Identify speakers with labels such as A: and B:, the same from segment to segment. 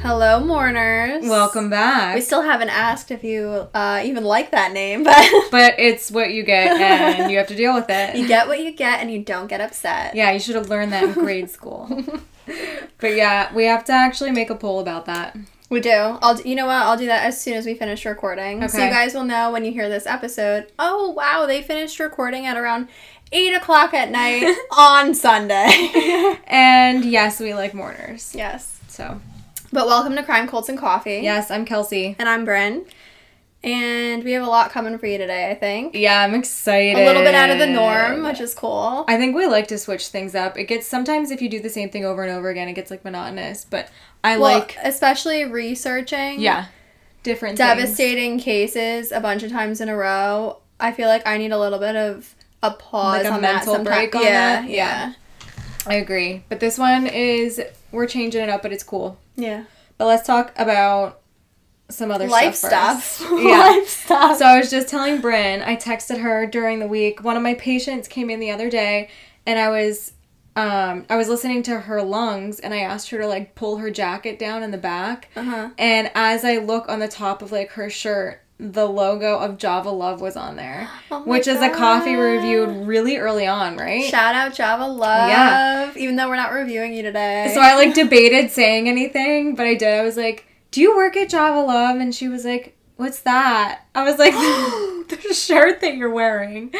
A: Hello, mourners.
B: Welcome back.
A: We still haven't asked if you uh, even like that name, but
B: but it's what you get and you have to deal with it.
A: you get what you get and you don't get upset.
B: Yeah, you should have learned that in grade school. but yeah, we have to actually make a poll about that.
A: We do. I'll. Do, you know what? I'll do that as soon as we finish recording, so
B: Okay.
A: you guys will know when you hear this episode. Oh wow, they finished recording at around eight o'clock at night on Sunday.
B: And yes, we like mourners.
A: yes.
B: So,
A: But welcome to Crime Colts and Coffee.
B: yes, I'm Kelsey.
A: And I'm Bryn, and we have a lot coming for you today. I think
B: Yeah, I'm excited.
A: a little bit out of the norm, which is cool.
B: I think we like to switch things up. It gets sometimes if you do the same thing over and over again, it gets like monotonous, but I
A: Well,
B: like
A: especially researching.
B: yeah, different things.
A: devastating cases a bunch of times in a row. I feel like I need a little bit of a pause
B: Like a
A: on
B: mental
A: that. someti-
B: break on
A: yeah,
B: that?
A: yeah,
B: I agree. But this one is we're changing it up, but it's cool.
A: yeah,
B: But let's talk about some other
A: Life
B: stuff.
A: stuff.
B: first. Yeah.
A: Life stuff.
B: So I was just telling Bryn, I texted her during the week. One of my patients came in the other day and I was um, I was listening to her lungs and I asked her to like pull her jacket down in the back.
A: Uh-huh.
B: And as I look on the top of like her shirt, the logo of Java Love was on there,
A: Oh my
B: which is a coffee
A: God.
B: reviewed really early on, right?
A: Shout out Java Love.
B: Yeah.
A: Even though we're not reviewing you today.
B: So I like debated saying anything, but I did. I was like, "Do you work at Java Love?" And she was like, "What's that?" I was like, "The shirt that you're wearing."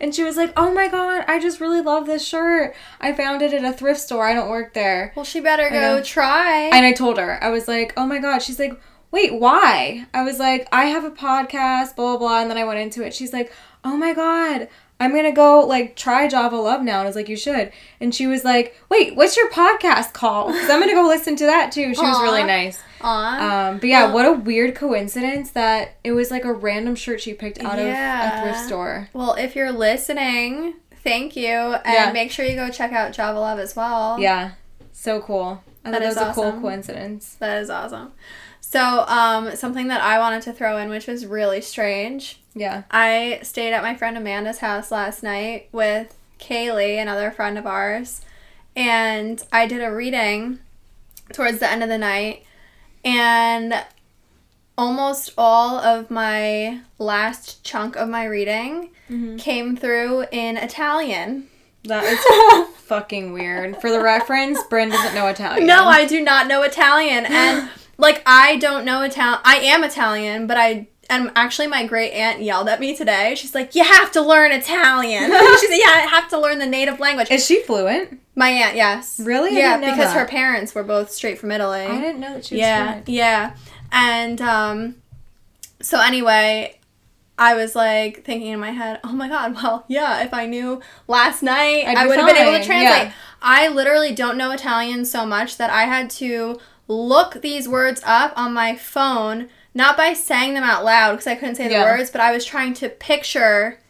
B: And she was like, "Oh my god, I just really love this shirt. I found it at a thrift store. I don't work there."
A: well, she better
B: know.
A: go try.
B: And I told her, I was like, "Oh my god." She's like, "Wait, why?" I was like, "I have a podcast, blah blah blah." And then I went into it. She's like, "Oh my god." I'm gonna go like try Java Love now. And I was like, you should. And she was like, wait, what's your podcast called? Because I'm gonna go listen to that too. She was really
A: Aw.
B: nice.
A: Aw.
B: Um, but yeah, what a weird coincidence that it was like a random shirt she picked out
A: Yeah.
B: of a thrift store.
A: well, if you're listening, thank you, and
B: Yeah.
A: make sure you go check out Java Love as well.
B: Yeah, so cool.
A: That
B: I thought that
A: is
B: was a cool
A: awesome.
B: coincidence.
A: That is awesome. So, um, something that I wanted to throw in, which was really strange,
B: Yeah.
A: I stayed at my friend Amanda's house last night with Kaylee, another friend of ours, and I did a reading towards the end of the night, and almost all of my last chunk of my reading came through in Italian.
B: That is fucking weird. For the reference, Bryn doesn't know Italian.
A: No, I do not know Italian, and like I don't know Italian. I am Italian, but I. And actually, my great aunt yelled at me today. She's like, "You have to learn Italian." she said, "Yeah, I have to learn the native language."
B: Is she fluent?
A: my aunt, yes,
B: Really? I
A: yeah,
B: didn't know
A: because her
B: that.
A: parents were both straight from Italy.
B: I didn't know that she was
A: yeah,
B: fluent.
A: yeah, and um, so anyway, I was like thinking in my head, "Oh my god, well, yeah, if I knew last night,
B: I'd
A: I
B: be
A: would have been able to
B: fine,
A: translate."
B: yeah.
A: I literally don't know Italian so much that I had to look these words up on my phone, not by saying them out loud because I couldn't say
B: Yeah.
A: the words, but I was trying to picture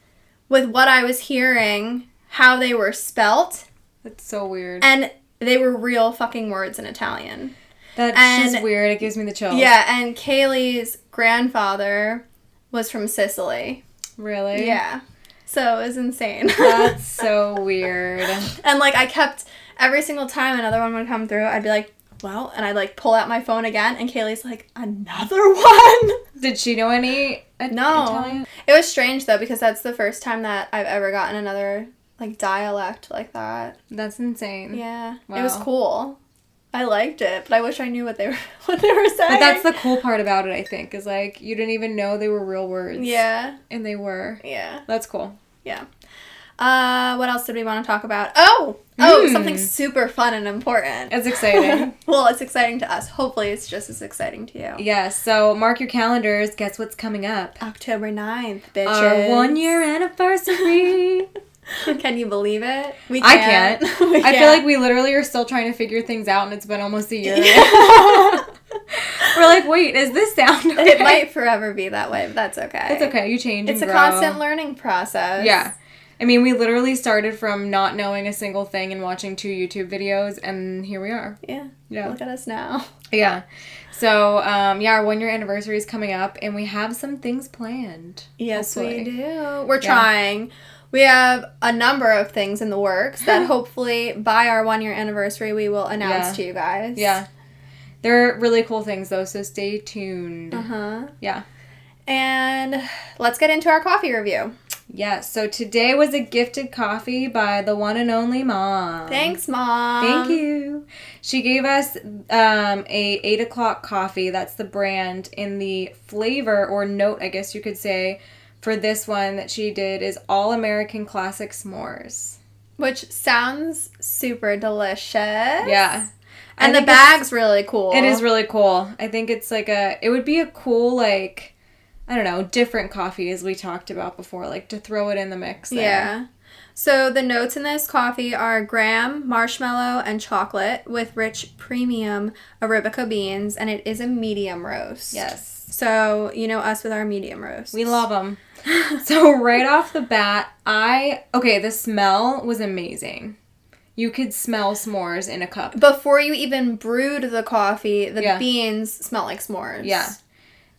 A: with what I was hearing how they were spelt,
B: That's so weird.
A: and they were real fucking words in Italian.
B: That's just
A: and-
B: weird. It gives me the chills.
A: Yeah, and Kaylee's grandfather was from Sicily.
B: Really?
A: Yeah. So it was insane.
B: That's so weird.
A: and like I kept every single time another one would come through, I'd be like, well, and I'd like pull out my phone again and Kaylee's like, another one.
B: Did she know any It-
A: No.
B: Italian?
A: It was strange though because that's the first time that I've ever gotten another like dialect like that.
B: That's insane.
A: Yeah. It was
B: Mm. Wow.
A: cool. I liked it, but I wish I knew what they were what they were saying.
B: But that's the cool part about it, I think, is like you didn't even know they were real words.
A: Yeah.
B: And they were.
A: Yeah.
B: That's cool.
A: Yeah. Uh, what else did we want to talk about? Oh, oh,
B: Mm.
A: something super fun and important.
B: It's exciting.
A: well, it's exciting to us. Hopefully, it's just as exciting to you.
B: yeah, so mark your calendars. Guess what's coming up?
A: October 9th, bitches.
B: Our one year anniversary.
A: Can you believe it? We
B: I can't.
A: We
B: I feel
A: can't.
B: like we literally are still trying to figure things out and it's been almost a year.
A: Yeah.
B: We're like, wait, is this sound okay?
A: it might forever be that way, but that's okay.
B: It's okay. You change.
A: It's a
B: and grow.
A: constant learning process.
B: Yeah. I mean, we literally started from not knowing a single thing and watching two YouTube videos, and here we are.
A: Yeah.
B: Yeah.
A: Look at us now.
B: Yeah. So, um, yeah, our one year anniversary is coming up, and we have some things planned.
A: Yes,
B: hopefully.
A: we do. We're trying. We have a number of things in the works that hopefully by our one year anniversary we will announce
B: Yeah.
A: to you guys.
B: Yeah. They're really cool things though, so stay tuned.
A: Uh huh.
B: Yeah.
A: And let's get into our coffee review.
B: Yes. So today was a gifted coffee by the one and only mom.
A: Thanks, mom.
B: Thank you. She gave us um, a eight o'clock coffee. That's the brand in the flavor or note, I guess you could say, for this one that she did is all American classic s'mores.
A: Which sounds super delicious.
B: Yeah. I
A: And the
B: think it's-
A: bag's really cool.
B: It is really cool. I think it's like a it would be a cool like I don't know, different coffee as we talked about before, like to throw it in the mix. there.
A: Yeah. So the notes in this coffee are graham, marshmallow, and chocolate with rich premium Arabica beans, and it is a medium roast.
B: Yes.
A: So you know us with our medium roast.
B: We love them. so right off the bat, I okay, the smell was amazing. You could smell s'mores in a cup.
A: Before you even brewed the coffee, the
B: Yeah.
A: beans smell like s'mores.
B: Yeah.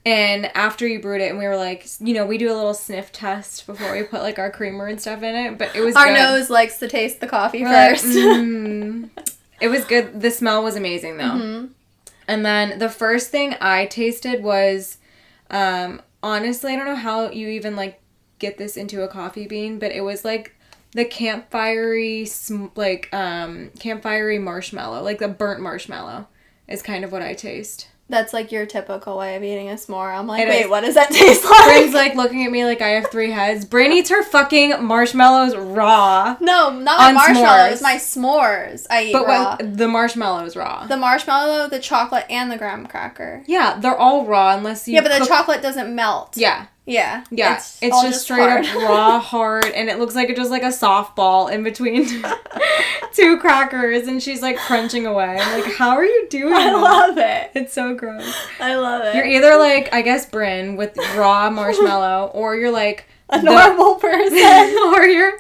B: And after you brewed it and we were like, you know, we do a little sniff test before we put like our creamer and stuff in it, but it was
A: Our
B: good.
A: nose likes to taste the coffee
B: We're like,
A: first.
B: "Mm." it was good. The smell was amazing though.
A: Mm-hmm.
B: And then the first thing I tasted was, um, honestly, I don't know how you even like get this into a coffee bean, but it was like the campfirey, sm- like um, campfirey marshmallow, like the burnt marshmallow, is kind of what I taste.
A: That's like your typical way of eating a s'more. I'm like,
B: It
A: wait,
B: is.
A: what does that taste like?
B: Bryn's like looking at me like I have three heads. Bryn eats her fucking marshmallows raw,
A: no, not my
B: On
A: marshmallows.
B: s'mores.
A: My s'mores. I eat
B: but
A: raw.
B: when, the marshmallows raw.
A: The marshmallow, the chocolate, and the graham cracker.
B: yeah, they're all raw unless you.
A: yeah, but the
B: cook-
A: chocolate doesn't melt.
B: Yeah,
A: Yeah.
B: yeah. It's,
A: all
B: just, straight up
A: hard.
B: raw, hard, and it looks like it's just like a softball in between two crackers, and she's like crunching away. I'm like, how are you doing?
A: I
B: that?"
A: love it.
B: It's so gross.
A: I love it.
B: You're either like, I guess, Bryn with raw marshmallow, or you're like
A: a
B: the-
A: normal person.
B: or you're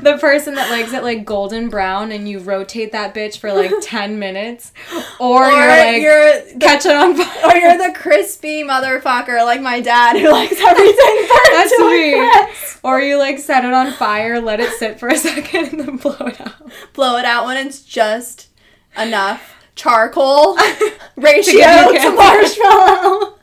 B: the person that likes it like golden brown and you rotate that bitch for like 10 minutes or,
A: Or
B: you're like
A: you're the,
B: catch it on fire
A: or you're the crispy motherfucker like my dad who likes everything burnt
B: That's
A: to a
B: me.
A: crisp.
B: or you like set it on fire let it sit for a second and then blow it out
A: Blow it out when it's just enough charcoal
B: you
A: ratio to,
B: cancer.
A: marshmallow.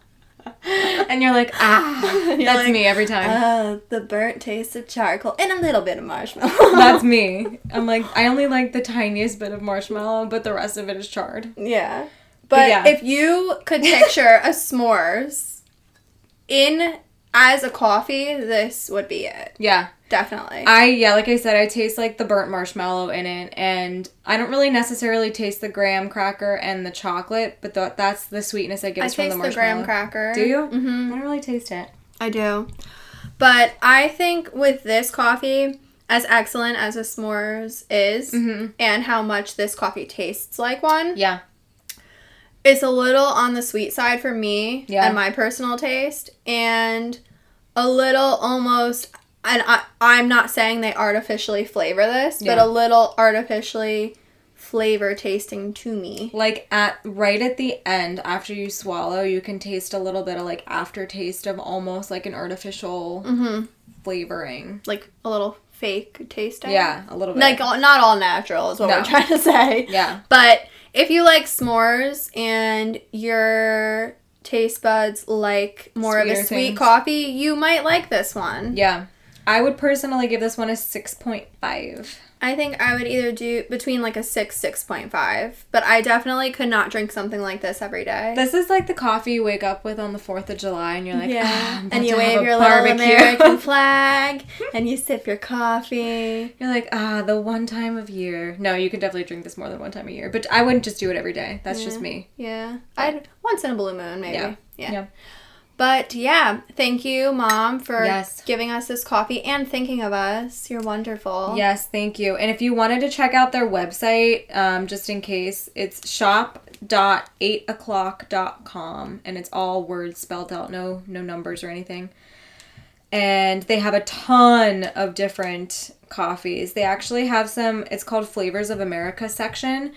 B: and you're like ah
A: You're
B: that's
A: like,
B: me every time
A: Uh, the burnt taste of charcoal and a little bit of marshmallow.
B: that's me i'm like i only like the tiniest bit of marshmallow but the rest of it is charred
A: Yeah. But,
B: yeah.
A: if you could picture a s'mores in as a coffee, this would be it.
B: yeah
A: Definitely.
B: I yeah, like I said, I taste like the burnt marshmallow in it, and I don't really necessarily taste the graham cracker and the chocolate, but th- that's the sweetness I get
A: I
B: is from the
A: taste the, graham
B: marshmallow.
A: cracker.
B: Do you?
A: hmm
B: I don't really taste it.
A: I do. But I think with this coffee, as excellent as a s'mores is,
B: Mhm.
A: and how much this coffee tastes like one,
B: Yeah,
A: it's a little on the sweet side for me
B: Yeah.
A: and my personal taste and a little almost and I, i'm not saying they artificially flavor this but
B: Yeah.
A: a little artificially flavor tasting to me
B: like at right at the end after you swallow, you can taste a little bit of like aftertaste of almost like an artificial
A: Mm.
B: flavoring.
A: like a little fake tasting
B: Yeah, a little bit.
A: like all- not all natural is what i'm
B: No.
A: trying to say
B: yeah,
A: But if you like s'mores and your taste buds like more of
B: Sweeter
A: a sweet
B: things.
A: coffee, you might like this one.
B: yeah. I would personally give this one a six point five.
A: I think I would either do between like a 6 6.5, but I definitely could not drink something like this every day.
B: This is like the coffee you wake up with on the 4th of July and you're like, "Ah, I'm about
A: and you
B: to have
A: wave
B: a
A: your
B: barbecue.
A: little American flag and you sip your coffee.
B: You're like, ah, the one time of year. No, you can definitely drink this more than one time a year, but I wouldn't just do it every day. That's just
A: Yeah.
B: me.
A: Yeah. I'd once in a blue moon maybe.
B: Yeah.
A: Yeah.
B: Yeah.
A: But yeah, thank you mom for
B: Yes.
A: giving us this coffee and thinking of us. You're wonderful.
B: Yes, thank you. And if you wanted to check out their website, um, just in case, it's shop.8o'clock.com and it's all words spelled out, no no numbers or anything. And they have a ton of different coffees. They actually have some it's called Flavors of America section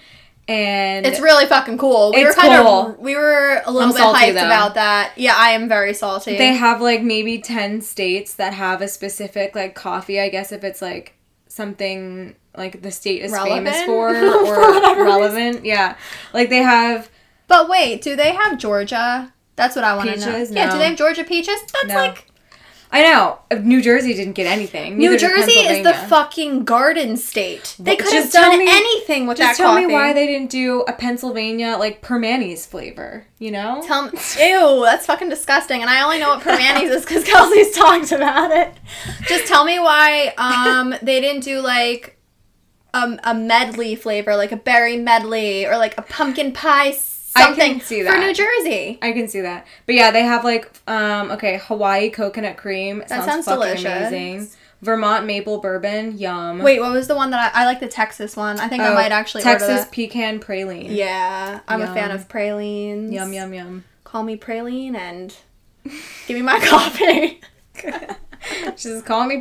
B: and
A: It's really fucking cool. We
B: It's
A: were kind
B: cool.
A: of we were a little
B: I'm
A: bit
B: salty,
A: hyped
B: though.
A: about that. Yeah, I am very salty.
B: they have like maybe 10 states that have a specific like coffee i guess if it's like something like the state is
A: Relevant?
B: famous for
A: For
B: or
A: whatever
B: relevant yeah like they have
A: But wait, do they have Georgia? That's what I want to know.
B: Peaches?
A: Yeah, do
B: No.
A: they have Georgia peaches? That's
B: No.
A: like
B: I know. New Jersey didn't get anything.
A: New
B: Neither did
A: Jersey is the
B: Pennsylvania.
A: fucking garden state. They
B: Well,
A: could have
B: just tell
A: done
B: me-
A: anything with
B: Just
A: that
B: tell
A: coffee.
B: me why they didn't do a Pennsylvania like Permanis flavor. You know,
A: Tell me, ew, that's fucking disgusting. And I only know what Permanis is because Kelsey's talked about it. Just tell me why um they didn't do like um, a medley flavor, like a berry medley or like a pumpkin pie
B: I can
A: something
B: see
A: for
B: that.
A: New Jersey.
B: I can see that. But yeah, they have like um okay, Hawaii coconut cream.
A: That sounds
B: fucking
A: delicious.
B: Amazing. Vermont maple bourbon. Yum.
A: Wait, what was the one that I, I like? The Texas one. I think I
B: Oh,
A: might actually
B: Texas
A: order that.
B: pecan praline.
A: Yeah, I'm a fan
B: Yum.
A: of pralines.
B: Yum yum yum.
A: Call me praline and give me my coffee.
B: She's calling me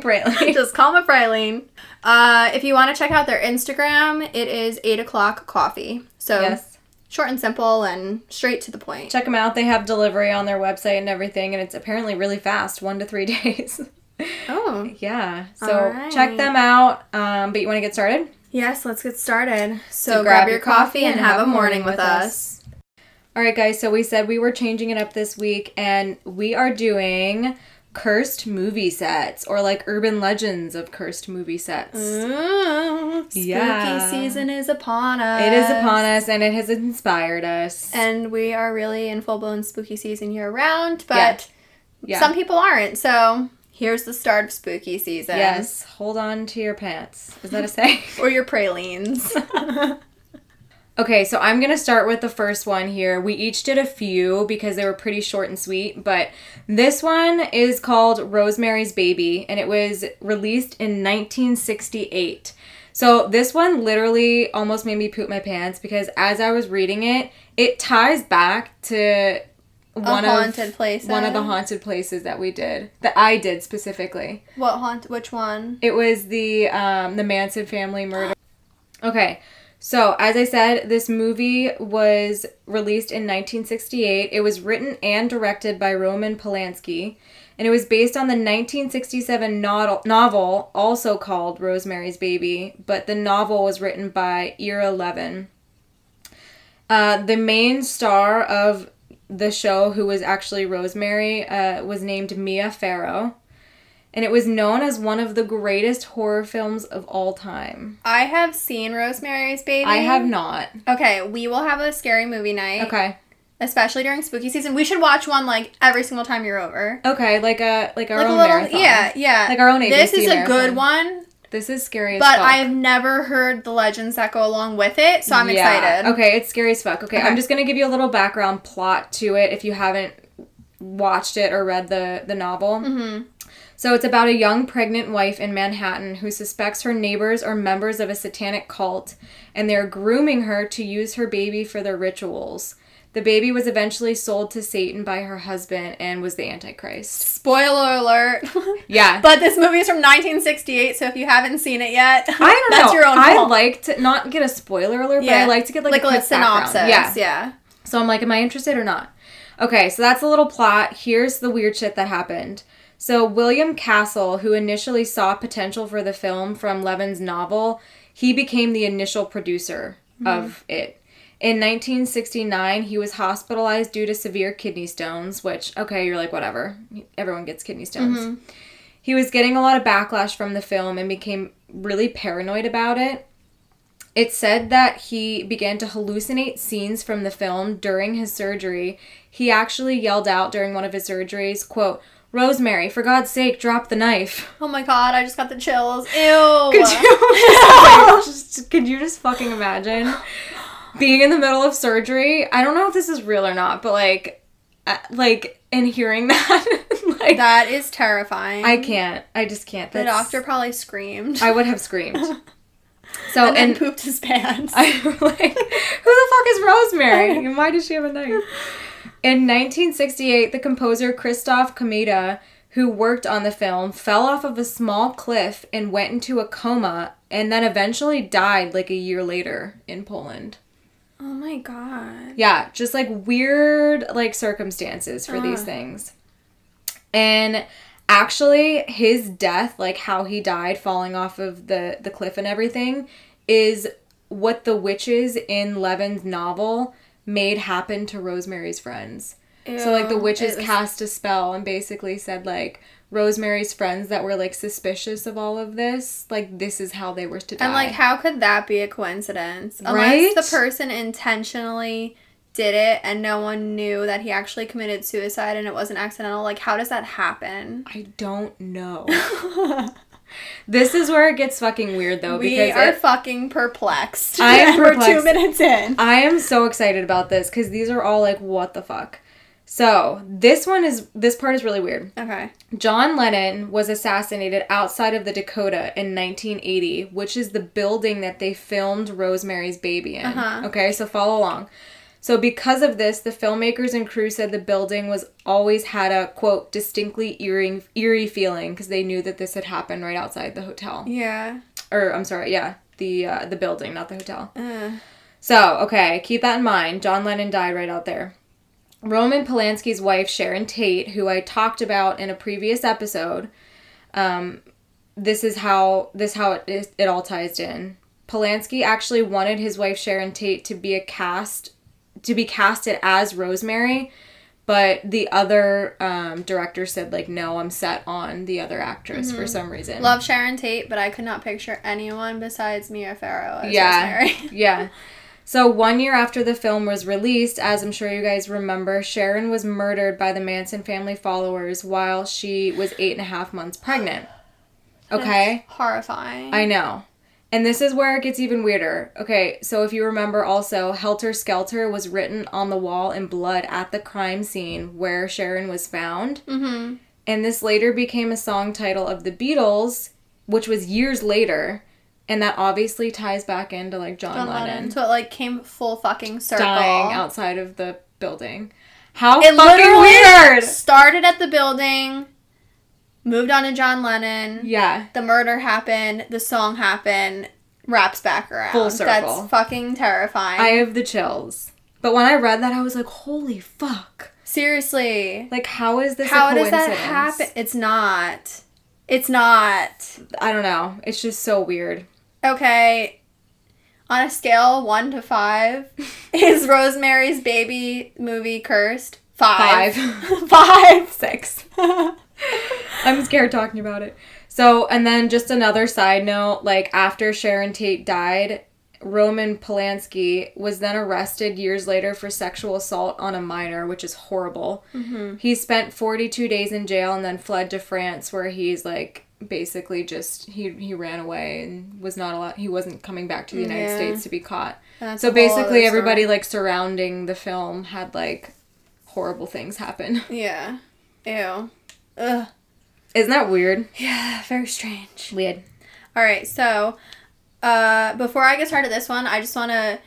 B: praline.
A: Just call me praline. Uh, if you want to check out their Instagram, it is eight o'clock coffee. So
B: yes.
A: short and simple and straight to the point.
B: Check them out. They have delivery on their website and everything, and it's apparently really fast, one to three days.
A: Oh
B: yeah. So
A: All right.
B: check them out. Um, but you want to get started?
A: yes, let's get started. So,
B: So
A: grab, your coffee and have a morning with us.
B: All right, guys. So we said we were changing it up this week, and we are doing cursed movie sets or like urban legends of cursed movie sets.
A: Mm, spooky
B: Yeah.
A: season is upon us.
B: It is upon us, and it has inspired us.
A: and we are really in full blown spooky season year round, but
B: Yeah. yeah.
A: some people aren't. So here's the start of spooky season.
B: yes. Hold on to your pants. Is that a saying?
A: Or your pralines.
B: Okay, so I'm gonna start with the first one here. We each did a few because they were pretty short and sweet, but this one is called Rosemary's Baby and it was released in 1968. So this one literally almost made me poop my pants because as I was reading it, it ties back to one
A: haunted
B: of
A: place
B: one of the
A: then?
B: haunted places that we did that I did specifically.
A: what haunt? Which one?
B: It was the um, the Manson family murder. Okay, so as I said, this movie was released in 1968. It was written and directed by Roman Polanski, and it was based on the 1967 nod- novel, also called Rosemary's Baby. But the novel was written by Ira Levin. Uh, the main star of the show, who was actually Rosemary, uh, was named Mia Farrow and it was known as one of the greatest horror films of all time.
A: I have seen Rosemary's Baby.
B: I have not.
A: Okay, we will have a scary movie night.
B: Okay.
A: Especially during spooky season. We should watch one like every single time you're over.
B: Okay, like a like our
A: Like a
B: own
A: little,
B: marathon.
A: yeah, yeah.
B: Like our own
A: This
B: ABC
A: is a good
B: marathon.
A: one,
B: This is scary as
A: but
B: fuck.
A: I have never heard the legends that go along with it, so I'm
B: Yeah.
A: excited.
B: Okay, it's scary as fuck. Okay,
A: Okay.
B: I'm just gonna give you a little background plot to it if you haven't watched it or read the the novel. Mm-hmm. So it's about a young pregnant wife in Manhattan who suspects her neighbors are members of a satanic cult, and they're grooming her to use her baby for their rituals. The baby was eventually sold to Satan by her husband and was the Antichrist.
A: Spoiler alert.
B: Yeah.
A: But this movie is from 1968, so if you haven't seen it yet,
B: I don't
A: that's
B: know.
A: your own
B: I
A: fault.
B: like to not get a spoiler alert, but I like to get like, a, quick synopsis.
A: synopsis.
B: Yeah.
A: yeah.
B: So I'm like, am I interested or not? Okay, so that's a little plot. Here's the weird shit that happened. So William Castle, who initially saw potential for the film from Levin's novel, he became the initial producer of it. In 1969, he was hospitalized due to severe kidney stones, which, okay, you're like, whatever. Everyone gets kidney stones. He was getting a lot of backlash from the film and became really paranoid about it. It said that he began to hallucinate scenes from the film during his surgery. He actually yelled out during one of his surgeries, quote, Rosemary, for God's sake, drop the knife.
A: Oh my god, I just got the chills. Ew.
B: Could you, just, could you just fucking imagine being in the middle of surgery? I don't know if this is real or not, but like, uh, like, and hearing that, like,
A: That is terrifying.
B: I can't. I just can't.
A: the
B: That's-
A: doctor probably screamed.
B: I would have screamed. So,
A: and,
B: and,
A: pooped his pants.
B: I'm like, who the fuck is Rosemary? And Why does she have a knife? In 1968, the composer Christoph Komeda, who worked on the film, fell off of a small cliff and went into a coma and then eventually died like a year later in Poland.
A: oh my god.
B: Yeah, just like weird like circumstances for
A: Ah.
B: these things. And actually his death, like how he died falling off of the the cliff and everything is what the witches in Levin's novel made happen to Rosemary's friends. So like the
A: Ew,
B: witches
A: it was-
B: cast a spell and basically said like Rosemary's friends that were like suspicious of all of this, like this is how they were to die.
A: And like, how could that be a coincidence? Unless
B: Right?
A: the person intentionally did it and no one knew that he actually committed suicide and it wasn't accidental. Like, how does that happen?
B: I don't know. this is where it gets fucking weird though
A: We
B: because
A: are
B: it-
A: fucking perplexed.
B: I am
A: And We're
B: perplexed.
A: two minutes in.
B: I am so excited about this cuz these are all like what the fuck. So, this one is this part is really weird.
A: Okay.
B: John Lennon was assassinated outside of the Dakota in 1980, which is the building that they filmed Rosemary's Baby in.
A: Uh-huh.
B: Okay, so follow along. So, because of this, the filmmakers and crew said the building was always had a quote distinctly eerie, eerie feeling because they knew that this had happened right outside the hotel.
A: Yeah.
B: Or, I'm sorry, yeah, the uh, the building, not the hotel.
A: Uh,
B: So, okay, keep that in mind. John Lennon died right out there. Roman Polanski's wife, Sharon Tate, who I talked about in a previous episode, um, this is how this how it is, it all ties in. Polanski actually wanted his wife Sharon Tate to be a cast to be casted as Rosemary, but the other um, director said like no, I'm set on the other actress for some reason.
A: Mm-hmm. love Sharon Tate, but I could not picture anyone besides Mia Farrow as
B: Yeah.
A: Rosemary.
B: yeah. So one year after the film was released, as I'm sure you guys remember, Sharon was murdered by the Manson family followers while she was eight and a half months pregnant. Okay?
A: Horrifying.
B: I know. And this is where it gets even weirder. Okay, so if you remember also, Helter Skelter was written on the wall in blood at the crime scene where Sharon was found.
A: mm-hmm.
B: And this later became a song title of the Beatles, which was years later. And that obviously ties back into like John,
A: John
B: Lennon
A: Lennon. So it like came full fucking circle.
B: dying outside of the building. How
A: It
B: fucking
A: literally
B: weird!
A: started at the building, moved on to John Lennon.
B: Yeah,
A: The murder happened. The song happened. Wraps back around.
B: Full circle.
A: That's fucking terrifying.
B: I have the chills. But when I read that, I was like, "Holy fuck!
A: Seriously,
B: Like, how is this? a
A: how does
B: coincidence?
A: that happen? It's not. It's not
B: I don't know. It's just so weird.
A: okay. On a scale one to five, is Rosemary's Baby movie cursed? Five.
B: Five.
A: Five.
B: Six. I'm scared talking about it. So, and then just another side note like, after Sharon Tate died, Roman Polanski was then arrested years later for sexual assault on a minor, which is horrible.
A: Mm-hmm.
B: He spent 42 days in jail and then fled to France, where he's like basically just he he ran away and was not allowed he wasn't coming back to the United
A: Yeah.
B: States to be caught.
A: That's
B: so
A: a whole other
B: basically
A: story.
B: everybody like surrounding the film had like horrible things happen.
A: Yeah. Ew. Ugh.
B: Isn't that weird?
A: Yeah, very strange.
B: Weird.
A: All right, so uh, before I get started this one, I just want to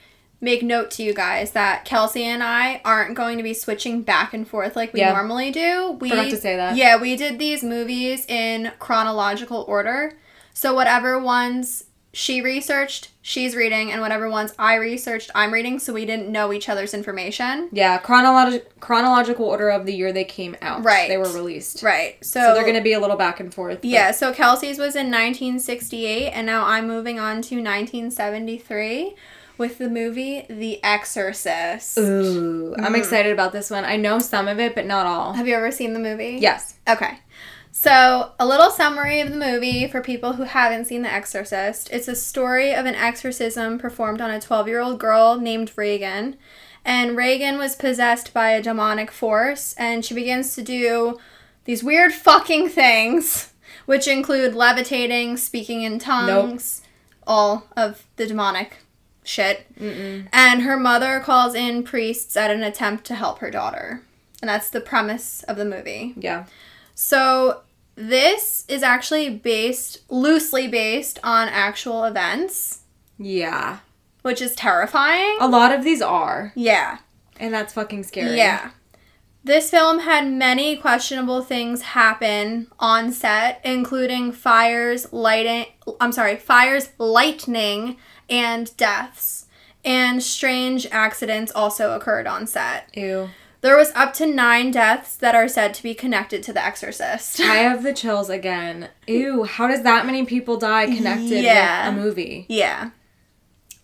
A: make note to you guys that Kelsey and I aren't going to be switching back and forth like we
B: Yeah.
A: normally do. We
B: Forgot to say that.
A: Yeah, we did these movies in chronological order. So whatever ones she researched, she's reading, and whatever ones I researched, I'm reading. So we didn't know each other's information.
B: Yeah, chronolog- chronological order of the year they came out.
A: Right.
B: They were released.
A: Right. So,
B: So they're going to be a little back and forth. but-
A: Yeah, so Kelsey's was in 1968, and now I'm moving on to 1973 with the movie The Exorcist.
B: Ooh,
A: Mm-hmm.
B: I'm excited about this one. I know some of it, but not all.
A: Have you ever seen the movie?
B: Yes.
A: Okay. So, a little summary of the movie for people who haven't seen The Exorcist. It's a story of an exorcism performed on a 12 year old girl named Reagan. And Reagan was possessed by a demonic force, and she begins to do these weird fucking things, which include levitating, speaking in tongues, all of the demonic shit. And her mother calls in priests at an attempt to help her daughter. And that's the premise of the movie.
B: Yeah.
A: So this is actually based loosely based on actual events,
B: Yeah.
A: which is terrifying.
B: A lot of these are,
A: Yeah.
B: and that's fucking Oh. scary.
A: Yeah. This film had many questionable things happen on set, including fires, lighting, I'm sorry, fires, lightning, and deaths. And strange accidents also occurred on set.
B: Ew.
A: There was up to 9 deaths that are said to be connected to the exorcist.
B: I have the chills again. Ew, how does that many people die connected
A: Yeah.
B: with a movie?
A: Yeah.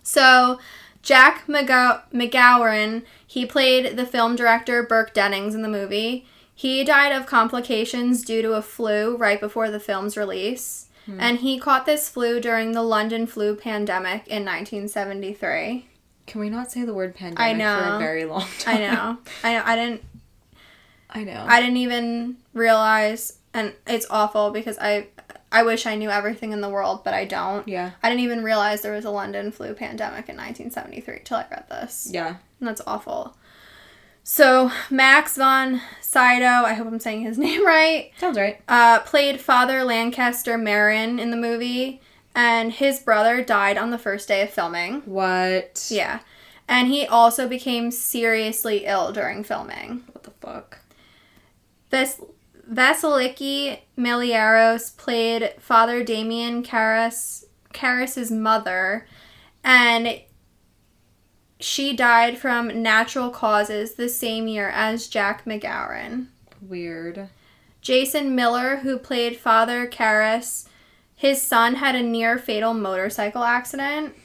A: So Jack McGow- McGowan, he played the film director Burke Dennings in the movie. He died of complications due to a flu right before the film's release. And he caught this flu during the London flu pandemic in 1973.
B: Can we not say the word pandemic for
A: know.
B: a very long
A: I
B: time?
A: know. I know. I didn't
B: I know.
A: I didn't even realize, and it's awful because I, I wish I knew everything in the world, but I don't.
B: yeah.
A: I didn't even realize there was a London flu pandemic in 1973 till I read this.
B: Yeah.
A: And that's awful. So Max von Sydow, I hope I'm saying his name right,
B: Sounds right.
A: uh, played Father Lancaster Marin in the movie, and his brother died on the first day of filming.
B: What?
A: Yeah. And he also became seriously ill during filming.
B: What the fuck?
A: Ves- Vasiliki Miliaros played Father Damien Karras Karras's mother, and she died from natural causes the same year as Jack McGowan.
B: Weird.
A: Jason Miller, who played Father Karras, his son had a near fatal motorcycle accident,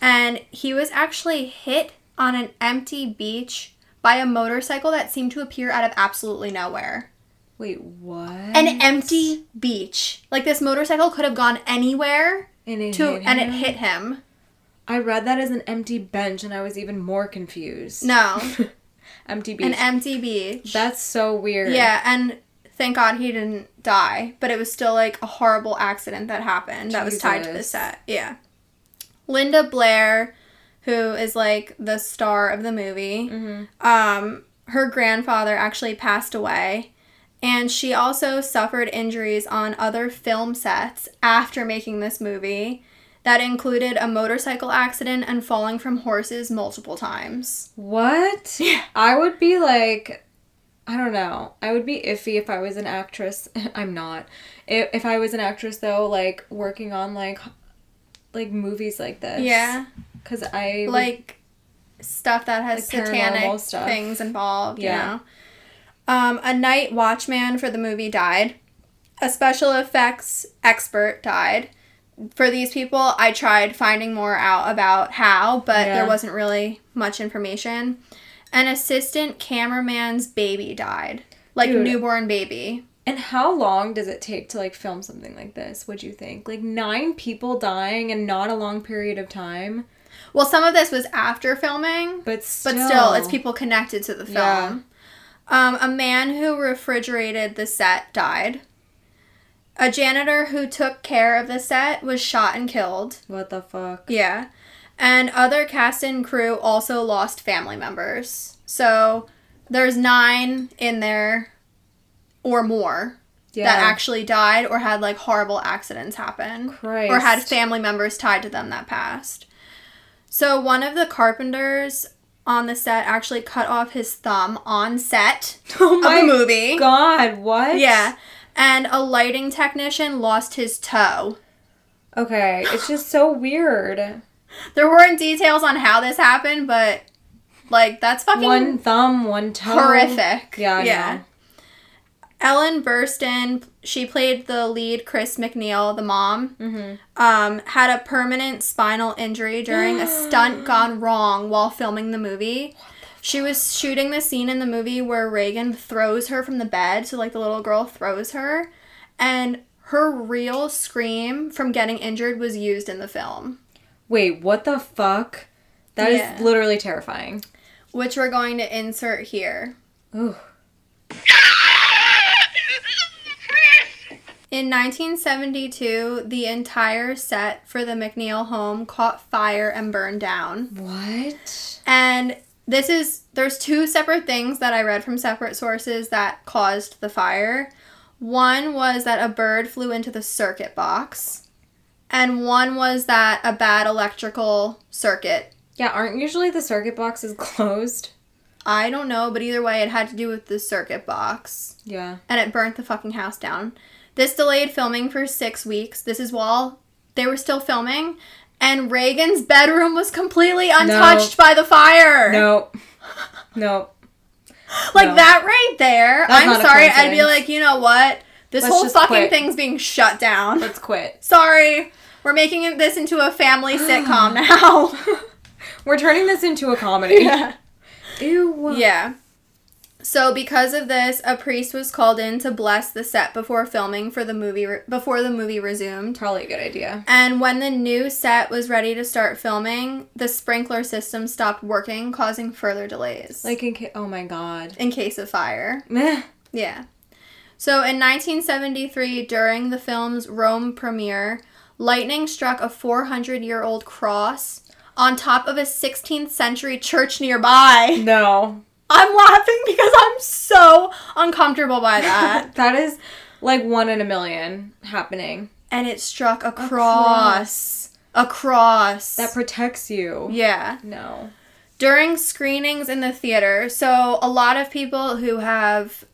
A: and he was actually hit on an empty beach by a motorcycle that seemed to appear out of absolutely nowhere
B: Wait, what?
A: an empty beach. Like this motorcycle could have gone anywhere
B: and it,
A: to
B: hit
A: and it
B: him?
A: hit him.
B: I read that as an empty bench, and I was even more confused.
A: No,
B: empty beach.
A: an empty beach.
B: That's so weird.
A: yeah, and thank God he didn't die, but it was still like a horrible accident that happened that was tied to the
B: Jesus.
A: set. Yeah. Linda Blair, who is like the star of the
B: Mm-hmm.
A: movie, um, her grandfather actually passed away. And she also suffered injuries on other film sets after making this movie that included a motorcycle accident and falling from horses multiple times.
B: What?
A: Yeah.
B: I would be like, I don't know. I would be iffy if I was an actress. I'm not. If, if I was an actress, though, like working on like, like movies like this.
A: Yeah.
B: Cause I would-
A: like stuff that has
B: Like paranormal
A: satanic
B: stuff.
A: things involved.
B: Yeah.
A: You know? Um, a night watchman for the movie died. A special effects expert died. For these people, I tried finding more out about how, but
B: Yeah.
A: there wasn't really much information. An assistant cameraman's baby died, like
B: Dude.
A: newborn baby.
B: And how long does it take to like film something like this? Would you think like nine people dying in not a long period of time?
A: Well, some of this was after filming,
B: But still,
A: But still, it's people connected to the film.
B: Yeah.
A: Um, a man who refrigerated the set died. A janitor who took care of the set was shot and killed.
B: What the fuck?
A: Yeah. And other cast and crew also lost family members. So there's nine in there or more
B: Yeah,
A: that actually died or had like horrible accidents happen
B: Christ.
A: or had family members tied to them that passed. So one of the carpenters on the set actually cut off his thumb on set
B: oh
A: of
B: my
A: the movie.
B: god, what?
A: Yeah. And a lighting technician lost his toe.
B: Okay, it's just so weird.
A: There weren't details on how this happened, but like that's fucking
B: One thumb, one toe.
A: horrific.
B: Um, Yeah, I know.
A: Ellen Burstyn, she played the lead Chris McNeil, the mom,
B: Mm-hmm.
A: um, had a permanent spinal injury during a stunt gone wrong while filming the movie. She was shooting the scene in the movie where Reagan throws her from the bed, so like the little girl throws her, and her real scream from getting injured was used in the film,
B: Wait, what the fuck? That is
A: Yeah.
B: literally terrifying.
A: which we're going to insert here.
B: Ooh.
A: In 1972, the entire set for the McNeil home caught fire and burned down.
B: What?
A: And this is there's two separate things that I read from separate sources that caused the fire. One was that a bird flew into the circuit box, and one was that a bad electrical circuit.
B: Yeah, aren't usually the circuit boxes closed?
A: I don't know, but either way, it had to do with the circuit box.
B: Yeah.
A: and it burnt the fucking house down. This delayed filming for six weeks. This is while they were still filming, and Reagan's bedroom was completely untouched by the fire.
B: No. No.
A: like
B: no.
A: that right there.
B: That's
A: I'm
B: not a
A: sorry. I'd be
B: coincidence.
A: like, you know what? This
B: Let's
A: whole
B: just
A: fucking
B: quit.
A: thing's being shut down.
B: Let's quit.
A: sorry. We're making it- this into a family sitcom now.
B: We're turning this into a comedy. Ew.
A: Yeah. So because of this, a priest was called in to bless the set before filming for the movie re- before the movie resumed.
B: Probably a good idea.
A: And when the new set was ready to start filming, the sprinkler system stopped working, causing further delays.
B: Like in case. Oh my god.
A: in case of fire.
B: Meh.
A: Yeah. So in 1973, during the film's Rome premiere, lightning struck a 400 year old cross on top of a 16th century church nearby.
B: No.
A: I'm laughing because I'm so uncomfortable by that.
B: That is like one in a million happening.
A: and it struck a cross. A cross.
B: That protects you.
A: yeah.
B: No.
A: during screenings in the theater so a lot of people who have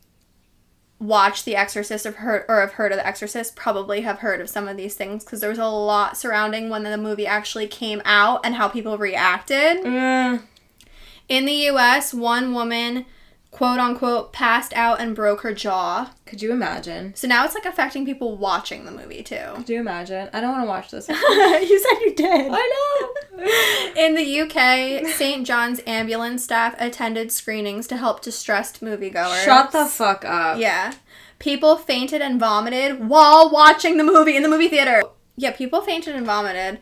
A: watched the exorcist have heard or have heard of the exorcist probably have heard of some of these things because there was a lot surrounding when the movie actually came out and how people reacted
B: Mm.
A: in the us one woman quote unquote passed out and broke her jaw
B: Could you imagine?
A: so now it's like affecting people watching the movie too
B: Could you imagine? I don't want to watch this.
A: you said you did
B: I know.
A: In the UK, St. John's ambulance staff attended screenings to help distressed moviegoers.
B: Shut the fuck up.
A: Yeah. People fainted and vomited while watching the movie in the movie theater. Yeah, people fainted and vomited.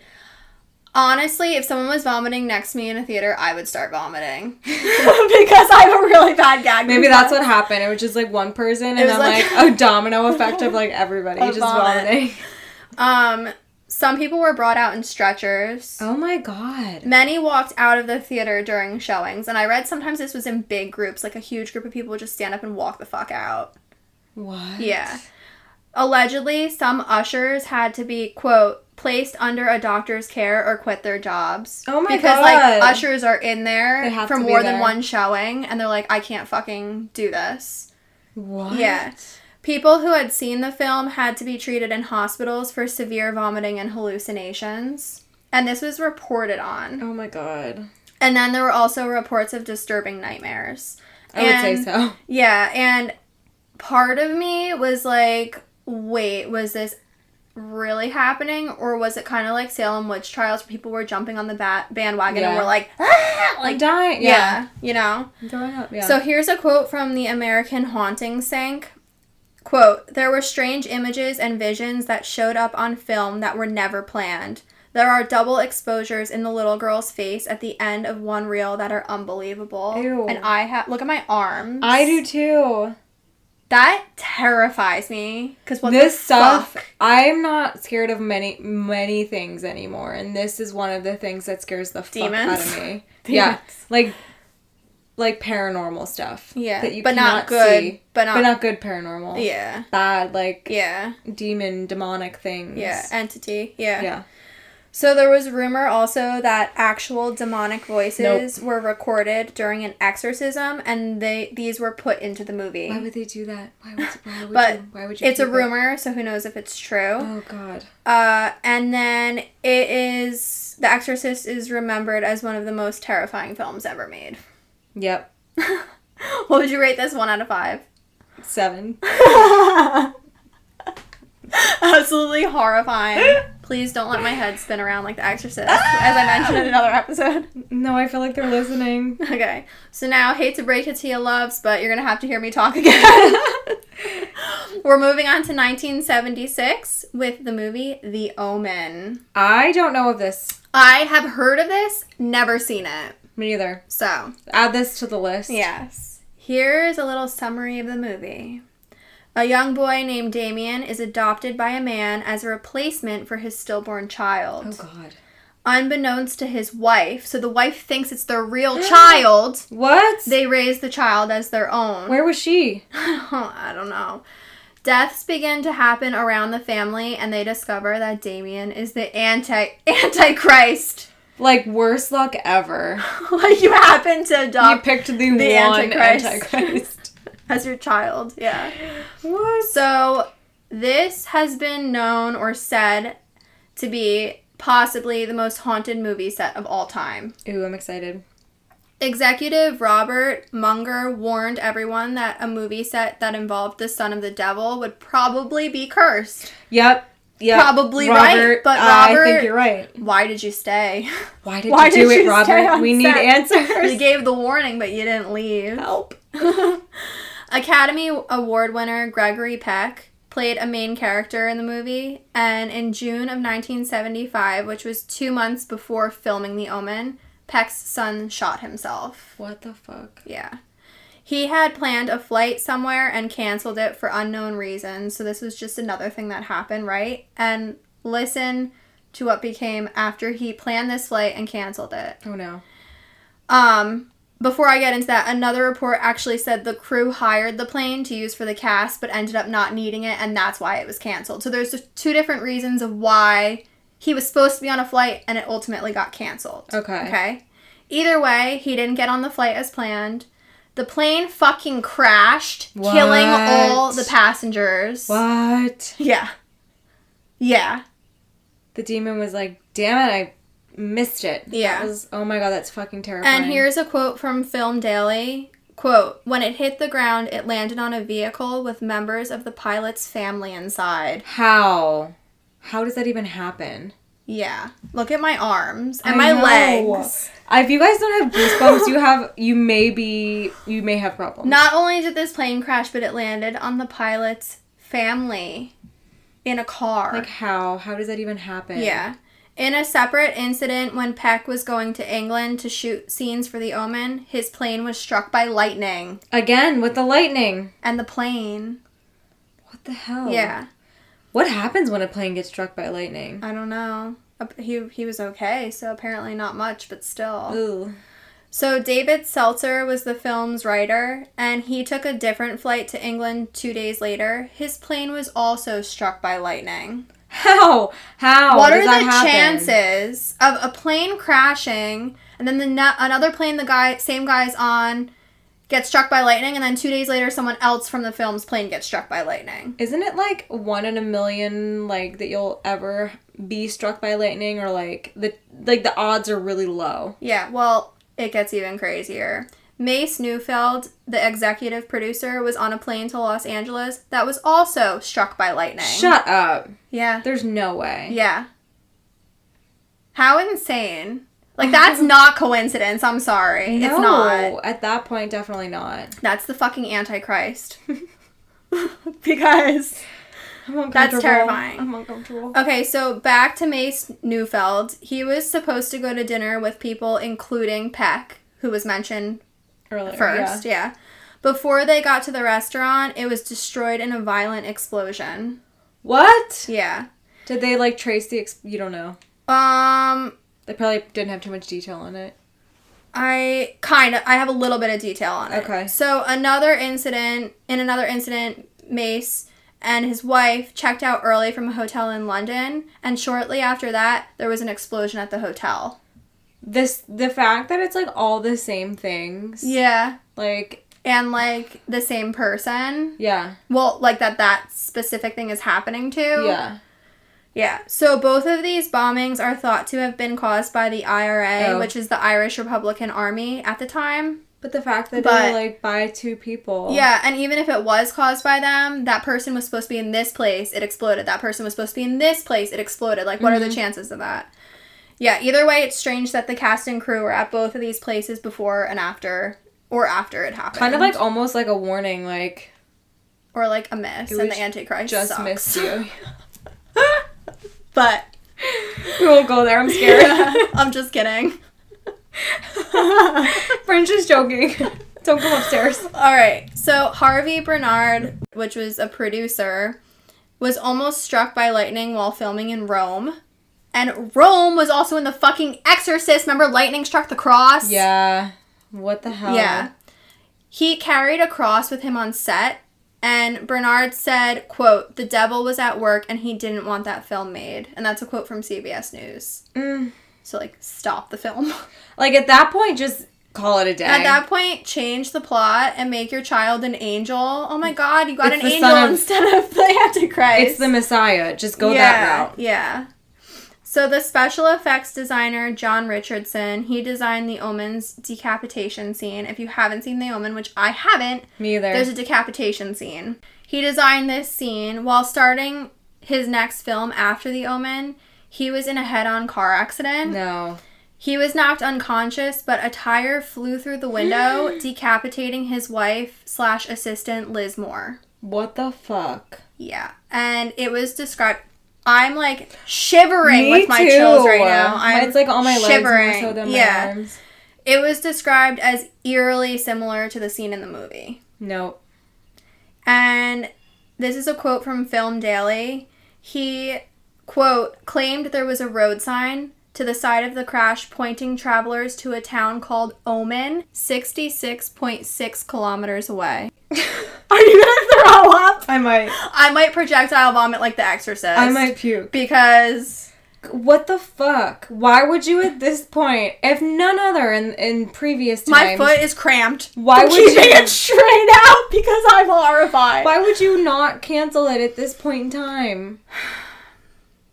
A: Honestly, if someone was vomiting next to me in a theater, I would start vomiting. because I have a really bad gag.
B: Maybe that's what happened. It was just like one person and
A: was
B: then like,
A: like-
B: a domino effect of like everybody
A: Of
B: just
A: vomit.
B: vomiting.
A: Um some people were brought out in stretchers.
B: Oh my god.
A: Many walked out of the theater during showings, and I read sometimes this was in big groups, like a huge group of people would just stand up and walk the fuck out.
B: What?
A: Yeah. Allegedly, some ushers had to be, quote, placed under a doctor's care or quit their jobs.
B: Oh my
A: because,
B: God.
A: like, ushers are in
B: They
A: there
B: have
A: for
B: to be
A: more than
B: there.
A: one showing, and they're like, I can't fucking do this.
B: What?
A: Yeah. People who had seen the film had to be treated in hospitals for severe vomiting and hallucinations. And this was reported on.
B: Oh my god.
A: And then there were also reports of disturbing nightmares.
B: I would say
A: And-
B: so.
A: Yeah, and part of me was like, wait, was this really happening? Or was it kind of like Salem witch trials where people were jumping on the bat- bandwagon and
B: Yeah.
A: were like, ah!
B: Like
A: like,
B: dying. Yeah.
A: yeah, you know?
B: I'm Throwing up. Yeah.
A: So here's a quote from the American Haunting Sank. Quote, there were strange images and visions that showed up on film that were never planned. There are double exposures in the little girl's face at the end of one reel that are unbelievable.
B: Ew.
A: And I have look at my arms.
B: I do too.
A: that terrifies me. Cause what
B: this
A: the
B: stuff.
A: fuck?
B: I'm not scared of many many things anymore, and this is one of the things that scares the
A: Demons.
B: fuck out of me. Yeah,
A: Demons.
B: like like paranormal stuff.
A: Yeah,
B: that you
A: but not
B: cannot
A: good,
B: see.
A: but not-
B: but not good paranormal.
A: Yeah.
B: bad like
A: Yeah.
B: demon demonic things.
A: Yeah. Entity.
B: yeah.
A: So there was rumor also that actual demonic voices were recorded during an exorcism, and they these were put into the movie.
B: Why would they do that? Why would, why would
A: But
B: you? Why would you?
A: it's a
B: keep it?
A: rumor, so who knows if it's true.
B: Oh god.
A: Uh, and then it is The Exorcist is remembered as one of the most terrifying films ever made.
B: Yep.
A: What would you rate this one out of five?
B: Seven.
A: Absolutely horrifying. Please don't let my head spin around like The Exorcist,
B: Ah!
A: as I mentioned in another episode.
B: no, I feel like they're listening.
A: Okay, so now hate to break it to you, loves, but you're gonna have to hear me talk again. We're moving on to 1976 with the movie The Omen.
B: I don't know of this.
A: I have heard of this, never seen it.
B: Me neither.
A: So,
B: Add this to the list.
A: yes. Here's a little summary of the movie. A young boy named Damien is adopted by a man as a replacement for his stillborn child.
B: Oh god.
A: Unbeknownst to his wife, so the wife thinks it's their real child,
B: What?
A: they raise the child as their own.
B: Where was she?
A: I don't know. Deaths begin to happen around the family, and they discover that Damien is the anti antichrist.
B: Like worst luck ever.
A: like you happen to
B: You
A: adopt
B: picked the,
A: Uh, the
B: one
A: Antichrist.
B: Antichrist.
A: as your child. Yeah.
B: what?
A: So this has been known or said to be possibly the most haunted movie set of all time.
B: Ooh, I'm excited.
A: Executive Robert Munger warned everyone that a movie set that involved the son of the devil would probably be cursed.
B: Yep. yeah,
A: Probably right, but
B: I
A: Robert-
B: think you're right.
A: Why did you stay?
B: Why did
A: Why
B: you do
A: did
B: it,
A: you stay
B: Robert?
A: on
B: We need
A: set? you
B: answers.
A: gave the warning, but you didn't leave.
B: Help.
A: Academy Award winner Gregory Peck played a main character in the movie, and in June of 1975, which was two months before filming The Omen, Peck's son shot himself.
B: What the fuck?
A: Yeah. He had planned a flight somewhere and canceled it for unknown reasons, so this was just another thing that happened, right? And listen to what became after he planned this flight and canceled it.
B: Oh no.
A: Um, before I get into that, another report actually said the crew hired the plane to use for the cast, but ended up not needing it, and that's why it was canceled. So there's just two different reasons of why he was supposed to be on a flight and it ultimately got canceled.
B: Okay.
A: Okay. Either way, he didn't get on the flight as planned. The plane fucking crashed, killing all
B: What?
A: the passengers.
B: What?
A: Yeah. Yeah.
B: The demon was like, "Damn it, I missed it."
A: Yeah.
B: That was, oh my god, that's fucking terrifying.
A: And here's a quote from Film Daily. Quote, when it hit the ground, it landed on a vehicle with members of the pilot's family inside.
B: how. How does that even happen?
A: Yeah. Look at my arms and
B: I
A: my
B: know.
A: legs.
B: If you guys don't have goosebumps, you have you may be you may have problems.
A: Not only did this plane crash, but it landed on the pilot's family in a car.
B: like how how does that even happen?
A: Yeah. In a separate incident, when Peck was going to England to shoot scenes for The Omen, his plane was struck by lightning.
B: Again with the lightning.
A: And the plane.
B: What the hell?
A: Yeah.
B: What happens when a plane gets struck by lightning?
A: I don't know. Ap- He, he was okay, so apparently not much, but still.
B: Ooh.
A: So, David Seltzer was the film's writer, and he took a different flight to England two days later. His plane was also struck by lightning.
B: How? Oh, How?
A: what are
B: does
A: the
B: that happen?
A: chances of a plane crashing and then the ne- another plane the guy same guy's on gets struck by lightning and then two days later someone else from the film's plane gets struck by lightning
B: Isn't it like one in a million, like that you'll ever be struck by lightning, or like the like the odds are really low?
A: yeah well it gets even crazier mace neufeld the executive producer was on a plane to los angeles that was also struck by lightning
B: Shut up!
A: yeah
B: There's no way.
A: yeah how insane like that's not coincidence i'm sorry it's not
B: At that point, definitely not.
A: That's the fucking Antichrist. because.
B: I'm uncomfortable.
A: terrifying.
B: I'm uncomfortable.
A: Okay, so back to Mace Neufeld. He was supposed to go to dinner with people, including Peck, who was mentioned
B: Earlier,
A: first, yeah. Before they got to the restaurant, it was destroyed in a violent explosion.
B: What?
A: Yeah.
B: Did they like trace the? Ex- you don't know.
A: Um,
B: They probably didn't have too much detail on it.
A: I kind of I have a little bit of detail on it.
B: Okay.
A: So another incident in another incident, Mace and his wife checked out early from a hotel in London, and shortly after that, there was an explosion at the hotel.
B: This the fact that it's like all the same things.
A: Yeah.
B: Like
A: And like the same person.
B: yeah
A: Well, like that that specific thing is happening to.
B: yeah.
A: Yeah. So both of these bombings are thought to have been caused by the IRA,
B: Oh.
A: which is the Irish Republican Army at the time.
B: But the fact that
A: But-
B: they were like by two people.
A: Yeah, and even if it was caused by them, that person was supposed to be in this place, it exploded. That person was supposed to be in this place, it exploded. Like, what are
B: Mm-hmm.
A: the chances of that? Yeah, either way, it's strange that the cast and crew were at both of these places before and after, or after it happened.
B: Kind of like almost like a warning, like
A: Or like a miss,
B: It
A: and
B: was
A: the Antichrist
B: just
A: sucks.
B: missed you.
A: But,
B: we won't go there. I'm scared.
A: I'm just kidding.
B: Fringe is joking. Don't go upstairs.
A: All right. So Harvey Bernard, which was a producer, was almost struck by lightning while filming in Rome. And Rome was also in the fucking Exorcist. Remember, lightning struck the cross?
B: Yeah. What the hell?
A: Yeah. He carried a cross with him on set, and Bernard said, quote, the devil was at work and he didn't want that film made. And that's a quote from CBS News.
B: Mm.
A: So, like, stop the film.
B: Like at that point, just call it a day.
A: At that point, change the plot and make your child an angel. Oh my god, you got
B: It's
A: an
B: the
A: angel
B: son of-
A: instead of the Antichrist.
B: it's the Messiah. Just go
A: yeah,
B: that route.
A: Yeah. So the special effects designer John Richardson, he designed the Omen's decapitation scene. If you haven't seen the Omen, which I haven't,
B: Me either.
A: there's a decapitation scene. He designed this scene while starting his next film after The Omen, he was in a head-on car accident.
B: No.
A: He was knocked unconscious, but a tire flew through the window, decapitating his wife slash assistant Liz Moore.
B: What the fuck?
A: Yeah, and it was described. I'm like shivering
B: Me
A: with my
B: too.
A: chills right now. I'm
B: it's like all my legs more
A: shivering.
B: so than
A: Yeah.
B: my arms.
A: It was described as eerily similar to the scene in the movie.
B: No.
A: And this is a quote from Film Daily. He, quote, claimed there was a road sign to the side of the crash pointing travelers to a town called Omen, 66.6 kilometers away. Are you gonna throw up?
B: I might.
A: I might projectile vomit like The Exorcist.
B: I might puke.
A: Because
B: What the fuck? Why would you at this point, if none other in in previous
A: my
B: times,
A: foot is cramped.
B: Why
A: I'm
B: would
A: keeping
B: you-
A: it straight out because I'm horrified.
B: why would you not cancel it at this point in time?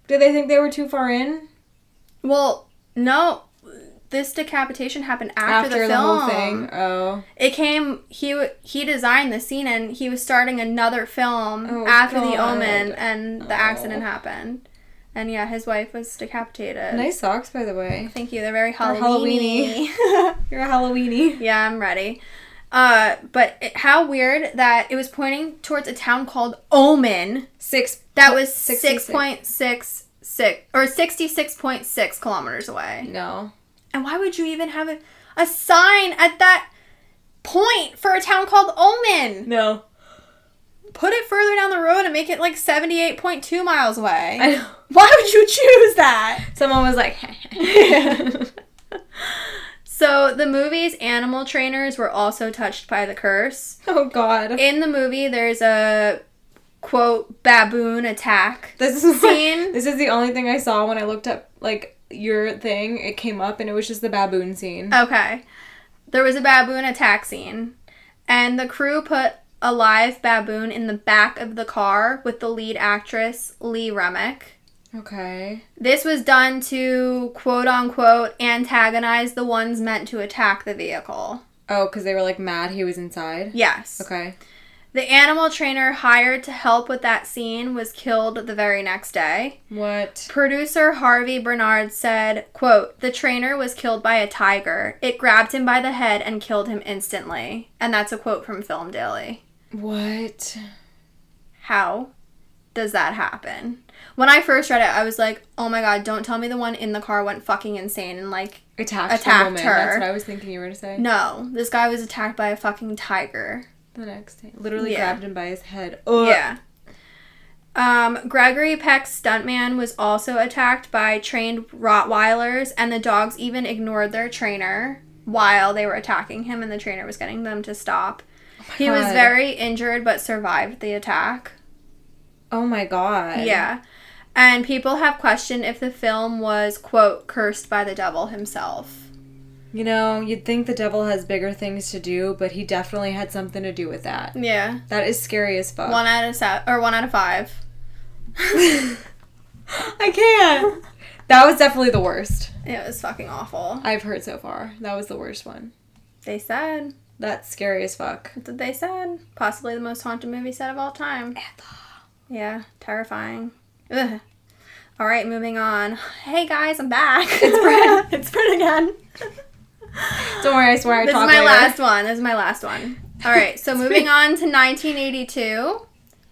B: Did they think they were too far in?
A: Well, no. This decapitation happened after, the, film.
B: whole thing? Oh.
A: It came. He w- he designed the scene, and he was starting another film
B: Oh,
A: after
B: God.
A: the Omen, and the accident
B: Oh.
A: happened. And yeah, his wife was decapitated.
B: Nice socks, by the way.
A: Thank you. They're very
B: Halloweeny.
A: Halloweeny.
B: You're a Halloweeny.
A: yeah, I'm ready. Uh, but it, how weird that it was pointing towards a town called Omen.
B: Six.
A: That was six
B: 66.
A: point six six or sixty six point six kilometers away.
B: No.
A: And why would you even have a, a sign at that point for a town called Omen?
B: No.
A: Put it further down the road and make it like seventy eight point two miles away.
B: I know.
A: why would you choose that?
B: Someone was like.
A: So the movie's animal trainers were also touched by the curse.
B: oh God.
A: In the movie, there's a quote baboon attack.
B: This is
A: Scene.
B: This is the only thing I saw when I looked up like your thing. It came up and it was just the baboon scene.
A: Okay. There was a baboon attack scene, and the crew put a live baboon in the back of the car with the lead actress, Lee Remick.
B: Okay.
A: This was done to quote unquote antagonize the ones meant to attack the vehicle.
B: Oh, because they were like mad he was inside.
A: Yes.
B: Okay.
A: The animal trainer hired to help with that scene was killed the very next day.
B: What?
A: Producer Harvey Bernard said, quote, "The trainer was killed by a tiger. It grabbed him by the head and killed him instantly." And that's a quote from Film Daily.
B: What?
A: How does that happen? When I first read it, I was like, "Oh my god, don't tell me the one in the car went fucking insane and like,
B: Attacked, the
A: Attacked
B: woman.
A: her.
B: That's what I was thinking you were gonna say.
A: no, this guy was attacked by a fucking tiger."
B: The next thing, literally
A: Yeah.
B: grabbed him by his head. Oh.
A: Yeah. Um, Gregory Peck's stuntman was also attacked by trained Rottweilers, and the dogs even ignored their trainer while they were attacking him, and the trainer was getting them to stop. he was
B: God.
A: very injured but survived the attack.
B: Oh my God.
A: Yeah. And people have questioned if the film was, quote, cursed by the devil himself.
B: You know, you'd think the devil has bigger things to do, but he definitely had something to do with that.
A: Yeah.
B: That is scary as fuck.
A: One out of seven, or one out of five.
B: I can't. that was definitely the worst
A: It was fucking awful.
B: I've heard so far. That was the worst one.
A: They said.
B: That's scary as fuck.
A: That's what they said. Possibly the most haunted movie set of all time. Yeah, terrifying. Ugh. All right, moving on. Hey guys, I'm back. It's Brett. it's Brett again.
B: Don't worry, I swear I
A: This is
B: talk
A: my
B: later.
A: last one. This is my last one. All right, so moving on to 1982.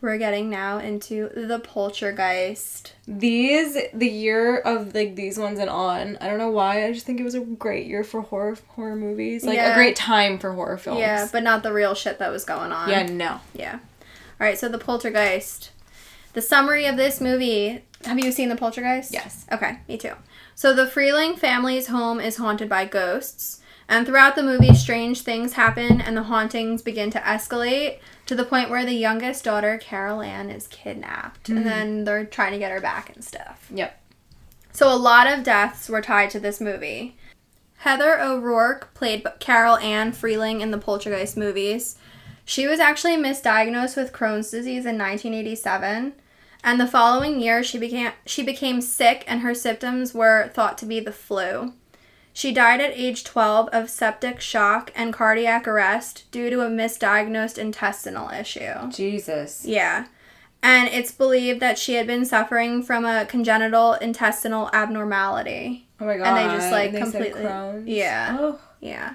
A: We're getting now into the poltergeist.
B: These the year of like these ones and on. I don't know why. I just think it was a great year for horror horror movies. Like a
A: Yeah.
B: great time for horror films.
A: Yeah, but not the real shit that was going on.
B: Yeah, no.
A: Yeah. All right, so the poltergeist. The summary of this movie. Have you seen the poltergeist?
B: Yes.
A: Okay, me too. So the Freeling family's home is haunted by ghosts, and throughout the movie, strange things happen, and the hauntings begin to escalate to the point where the youngest daughter, Carol Ann, is kidnapped, and then they're trying to get her back and stuff.
B: Yep.
A: So a lot of deaths were tied to this movie. Heather O'Rourke played b- Carol Ann Freeling in the Poltergeist movies. She was actually misdiagnosed with Crohn's disease in 1987, and the following year she became she became sick and her symptoms were thought to be the flu. She died at age 12 of septic shock and cardiac arrest due to a misdiagnosed intestinal issue.
B: Jesus.
A: Yeah. and it's believed that she had been suffering from a congenital intestinal abnormality.
B: Oh my god.
A: And they just, like,
B: said
A: completely-
B: Crohn's?
A: yeah.
B: Oh.
A: Yeah.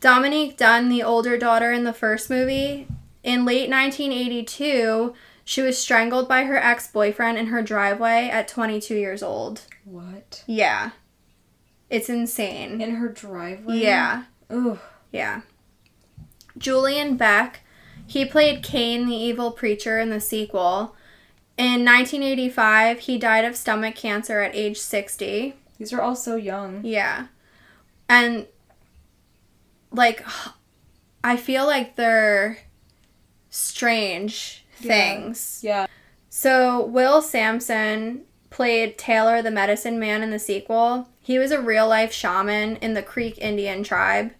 A: Dominique Dunn, the older daughter in the first movie, in late 1982, she was strangled by her ex boyfriend in her driveway at 22 years old.
B: What?
A: Yeah. It's insane.
B: In her driveway?
A: Yeah.
B: Ooh.
A: Yeah. Julian Beck, he played Cain the evil preacher in the sequel. In 1985, he died of stomach cancer at age 60.
B: These are all so young.
A: Yeah. And like I feel like they're strange
B: Yeah.
A: things.
B: Yeah.
A: So, Will Sampson played Taylor the medicine man in the sequel. He was a real life shaman in the Creek Indian tribe,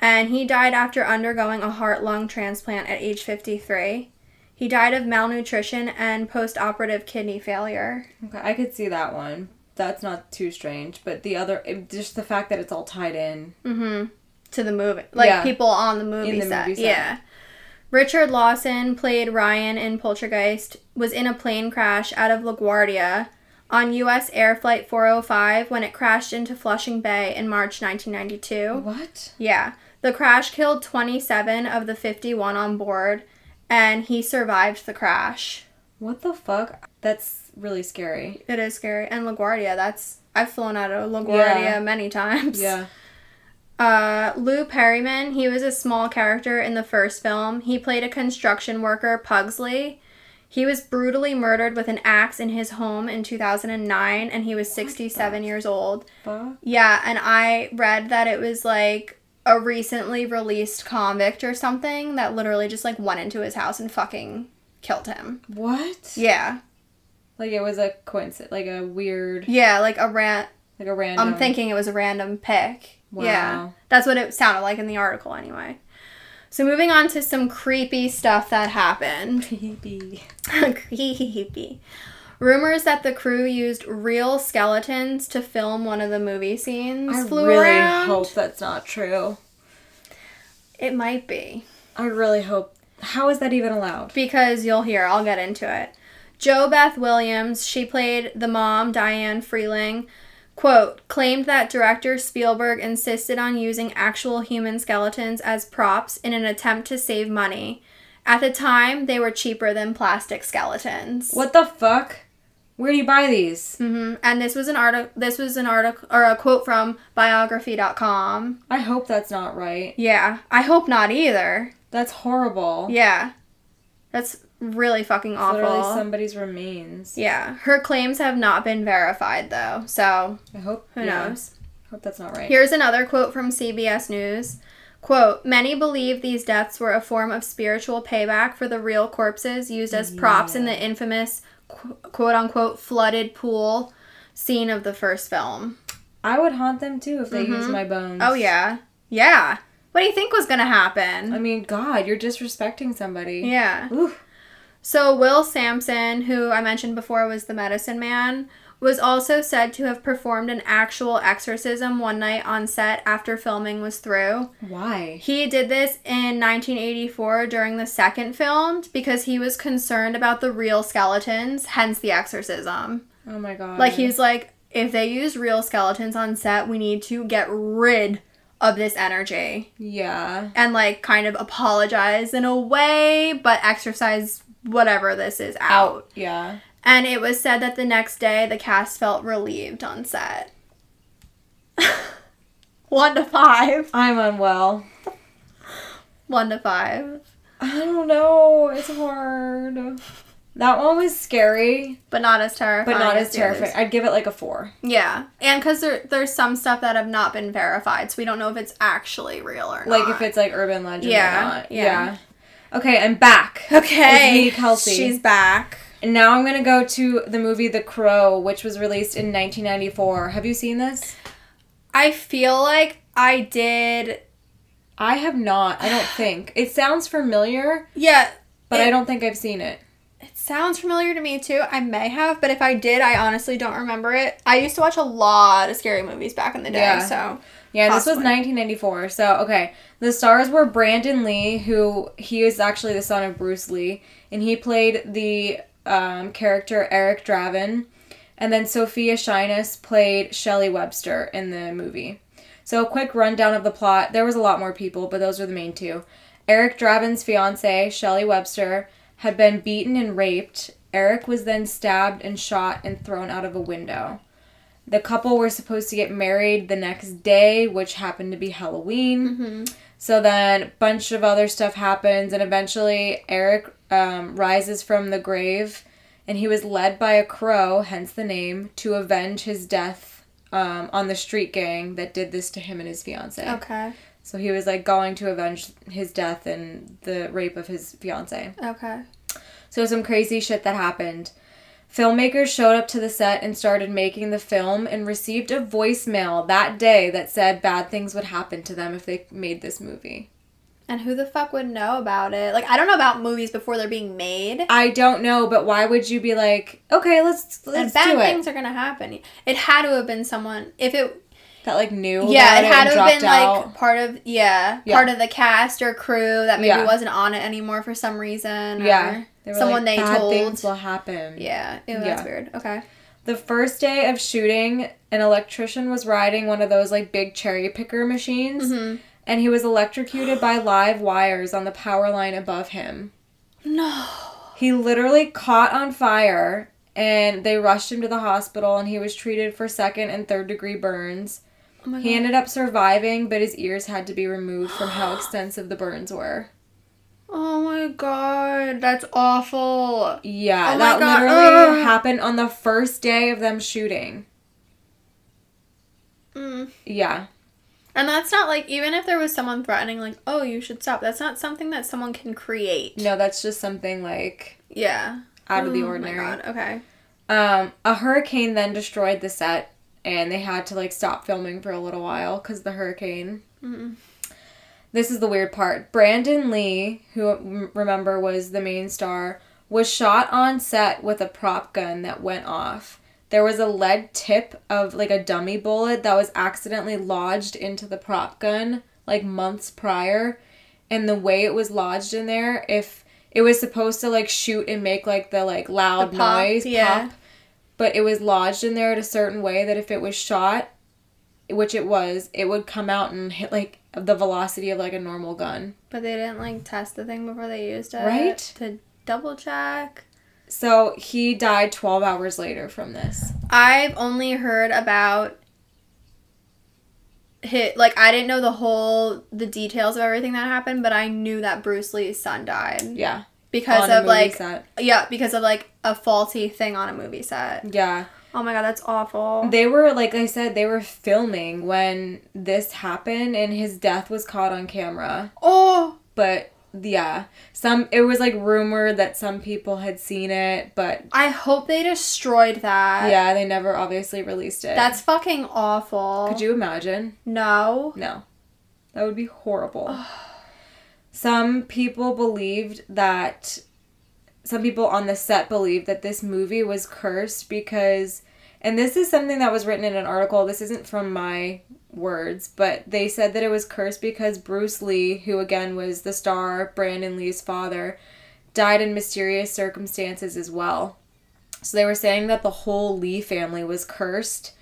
A: and he died after undergoing a heart lung transplant at age 53. He died of malnutrition and post operative kidney failure.
B: Okay, I could see that one. That's not too strange, but the other, it- just the fact that it's all tied in.
A: Mm-hmm. To the movie, like
B: Yeah.
A: people on the movie,
B: In the
A: set.
B: movie set.
A: Yeah. Richard Lawson played Ryan in Poltergeist, was in a plane crash out of LaGuardia on US Air Flight 405 when it crashed into Flushing Bay in March 1992.
B: What?
A: Yeah. The crash killed 27 of the 51 on board, and he survived the crash.
B: What the fuck? That's really scary.
A: It is scary. And LaGuardia, that's. I've flown out of LaGuardia
B: Yeah.
A: many times.
B: Yeah.
A: Uh, Lou Perryman, he was a small character in the first film. He played a construction worker, Pugsley. He was brutally murdered with an axe in his home in 2009, and he was 67 years old.
B: Fuck.
A: Yeah, and I read that it was like a recently released convict or something that literally just like went into his house and fucking killed him.
B: What?
A: Yeah.
B: Like it was a coincidence, like a weird,
A: Yeah, like a rant.
B: like a random.
A: I'm thinking it was a random pick.
B: Wow.
A: Yeah. That's what it sounded like in the article anyway. So moving on to some creepy stuff that happened.
B: Creepy.
A: creepy. Rumors that the crew used real skeletons to film one of the movie scenes
B: I
A: flew
B: really
A: around.
B: hope that's not true.
A: It might be.
B: I really hope. How is that even allowed?
A: because you'll hear. I'll get into it. Jo Beth Williams, she played the mom, Diane Freeling, quote, claimed that director Spielberg insisted on using actual human skeletons as props in an attempt to save money. At the time, they were cheaper than plastic skeletons.
B: What the fuck? Where do you buy these?
A: hmm And this was an article. This was an article or a quote from biography.com.
B: I hope that's not right.
A: Yeah, I hope not either.
B: That's horrible.
A: Yeah, that's really fucking
B: It's
A: awful.
B: literally somebody's remains.
A: Yeah, her claims have not been verified though, so
B: I hope.
A: who
B: yeah.
A: knows?
B: Hope that's not right.
A: Here's another quote from CBS News. Quote, many believe these deaths were a form of spiritual payback for the real corpses used as props in the infamous qu- quote unquote flooded pool scene of the first film.
B: I would haunt them too if they used my bones.
A: Oh, yeah. Yeah. What do you think was going to happen?
B: I mean, God, you're disrespecting somebody.
A: yeah.
B: Ooh.
A: So, Will Sampson, who I mentioned before was the medicine man, was also said to have performed an actual exorcism one night on set after filming was through.
B: Why?
A: He did this in 1984 during the second film because he was concerned about the real skeletons, hence the exorcism.
B: Oh my God.
A: Like, he was like, if they use real skeletons on set, we need to get rid of this energy
B: Yeah.
A: and, like, kind of apologize in a way, but exercise whatever this is out.
B: Yeah.
A: And it was said that the next day the cast felt relieved on set. One to five.
B: I'm unwell.
A: One to five.
B: I don't know. It's hard. That one was scary,
A: But not as terrifying.
B: but not as
A: the others.
B: terrifying. I'd give it like a four.
A: Yeah. And because there, there's some stuff that have not been verified, so we don't know if it's actually real or not.
B: Like if it's like urban legend
A: Yeah,
B: or not.
A: yeah.
B: Okay, I'm back.
A: Okay.
B: It's me, Kelsey.
A: She's back.
B: And now I'm gonna go to the movie The Crow, which was released in 1994. Have you seen this?
A: I feel like I did.
B: I have not. I don't think. It sounds familiar,
A: Yeah.
B: but
A: It-
B: I don't think I've seen it.
A: It sounds familiar to me too. I may have, but if I did, I honestly don't remember it. I used to watch a lot of scary movies back in the day,
B: Yeah.
A: so
B: Yeah, this was
A: Possibly.
B: 1994. So, okay. The stars were Brandon Lee, who he is actually the son of Bruce Lee, and he played the um, character Eric Draven. And then Sophia Shyness played Shelley Webster in the movie. So, a quick rundown of the plot. There was a lot more people, but those were the main two. Eric Draven's fiance, Shelley Webster, had been beaten and raped. Eric was then stabbed and shot and thrown out of a window. The couple were supposed to get married the next day, which happened to be Halloween. So then a bunch of other stuff happens, and eventually Eric um, rises from the grave, and he was led by a crow, hence the name, to avenge his death um, on the street gang that did this to him and his fiance.
A: okay,
B: So he was like going to avenge his death and the rape of his fiance.
A: okay.
B: So some crazy shit that happened. Filmmakers showed up to the set and started making the film and received a voicemail that day that said bad things would happen to them if they made this movie.
A: And who the fuck would know about it? Like, I don't know about movies before they're being made.
B: I don't know, but why would you be like, okay, let's
A: And
B: let's
A: bad
B: do it?
A: things are gonna happen. It had to have been someone. If it,
B: that like knew.
A: yeah,
B: about
A: it had
B: and
A: to have
B: dropped
A: been
B: out.
A: like part of yeah,
B: Yeah.
A: part of the cast or crew that maybe
B: Yeah.
A: wasn't on it anymore for some reason.
B: yeah,
A: or
B: They were
A: someone
B: like,
A: they
B: bad
A: told.
B: things will happen.
A: yeah, ew,
B: Yeah.
A: that's weird. Okay,
B: The first day of shooting, an electrician was riding one of those like big cherry picker machines,
A: Mm-hmm.
B: and he was electrocuted by live wires on the power line above him.
A: no, Oh
B: He literally caught on fire and they rushed him to the hospital and he was treated for second and third degree burns.
A: oh my
B: He
A: god,
B: ended up surviving, but his ears had to be removed from how extensive the burns were.
A: oh my god, that's awful.
B: Yeah,
A: Oh my
B: that
A: God,
B: literally
A: ugh.
B: happened on the first day of them shooting.
A: Mm.
B: Yeah.
A: And that's not like even if there was someone threatening, like, oh, you should stop. That's not something that someone can create.
B: No, that's just something like
A: Yeah.
B: out of the
A: Oh my
B: ordinary.
A: God, Okay.
B: Um, a hurricane then destroyed the set, and they had to like stop filming for a little while because the hurricane.
A: Mm-mm.
B: This is the weird part. Brandon Lee, who m- remember was the main star, was shot on set with a prop gun that went off. There was a lead tip of like a dummy bullet that was accidentally lodged into the prop gun like months prior, and the way it was lodged in there, if it was supposed to like shoot and make like the like loud
A: The pop,
B: noise
A: yeah.
B: pop, but it was lodged in there in a certain way that if it was shot, which it was, it would come out and hit like the velocity of like a normal gun.
A: But they didn't like test the thing before they used it.
B: Right?
A: To double check.
B: So he died 12 hours later from this.
A: I've only heard about hit like I didn't know the whole the details of everything that happened, but I knew that Bruce Lee's son died
B: Yeah.
A: because
B: on a
A: of
B: movie
A: like
B: set.
A: yeah, because of like a faulty thing on a movie set.
B: Yeah.
A: Oh my god, that's awful.
B: They were, like I said, they were filming when this happened and his death was caught on camera.
A: oh,
B: But yeah, some, it was like rumored that some people had seen it, but
A: I hope they destroyed that.
B: yeah, they never obviously released it.
A: That's fucking awful.
B: Could you imagine?
A: No.
B: No. That would be horrible. some people believed that some people on the set believed that this movie was cursed because and this is something that was written in an article. This isn't from my words, but they said that it was cursed because Bruce Lee, who again was the star Brandon Lee's father, died in mysterious circumstances as well. So they were saying that the whole Lee family was cursed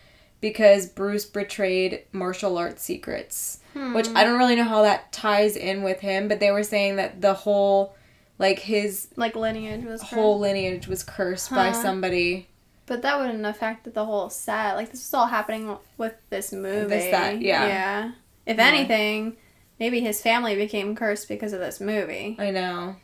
B: because Bruce betrayed martial arts secrets,
A: Hmm.
B: which I don't really know how that ties in with him, but they were saying that the whole like his
A: Like lineage was
B: whole lineage was cursed by
A: Huh.
B: somebody
A: But that wouldn't affect the whole set. Like this is all happening with this movie.
B: set, yeah.
A: Yeah. If anything, maybe his family became cursed because of this movie.
B: I know.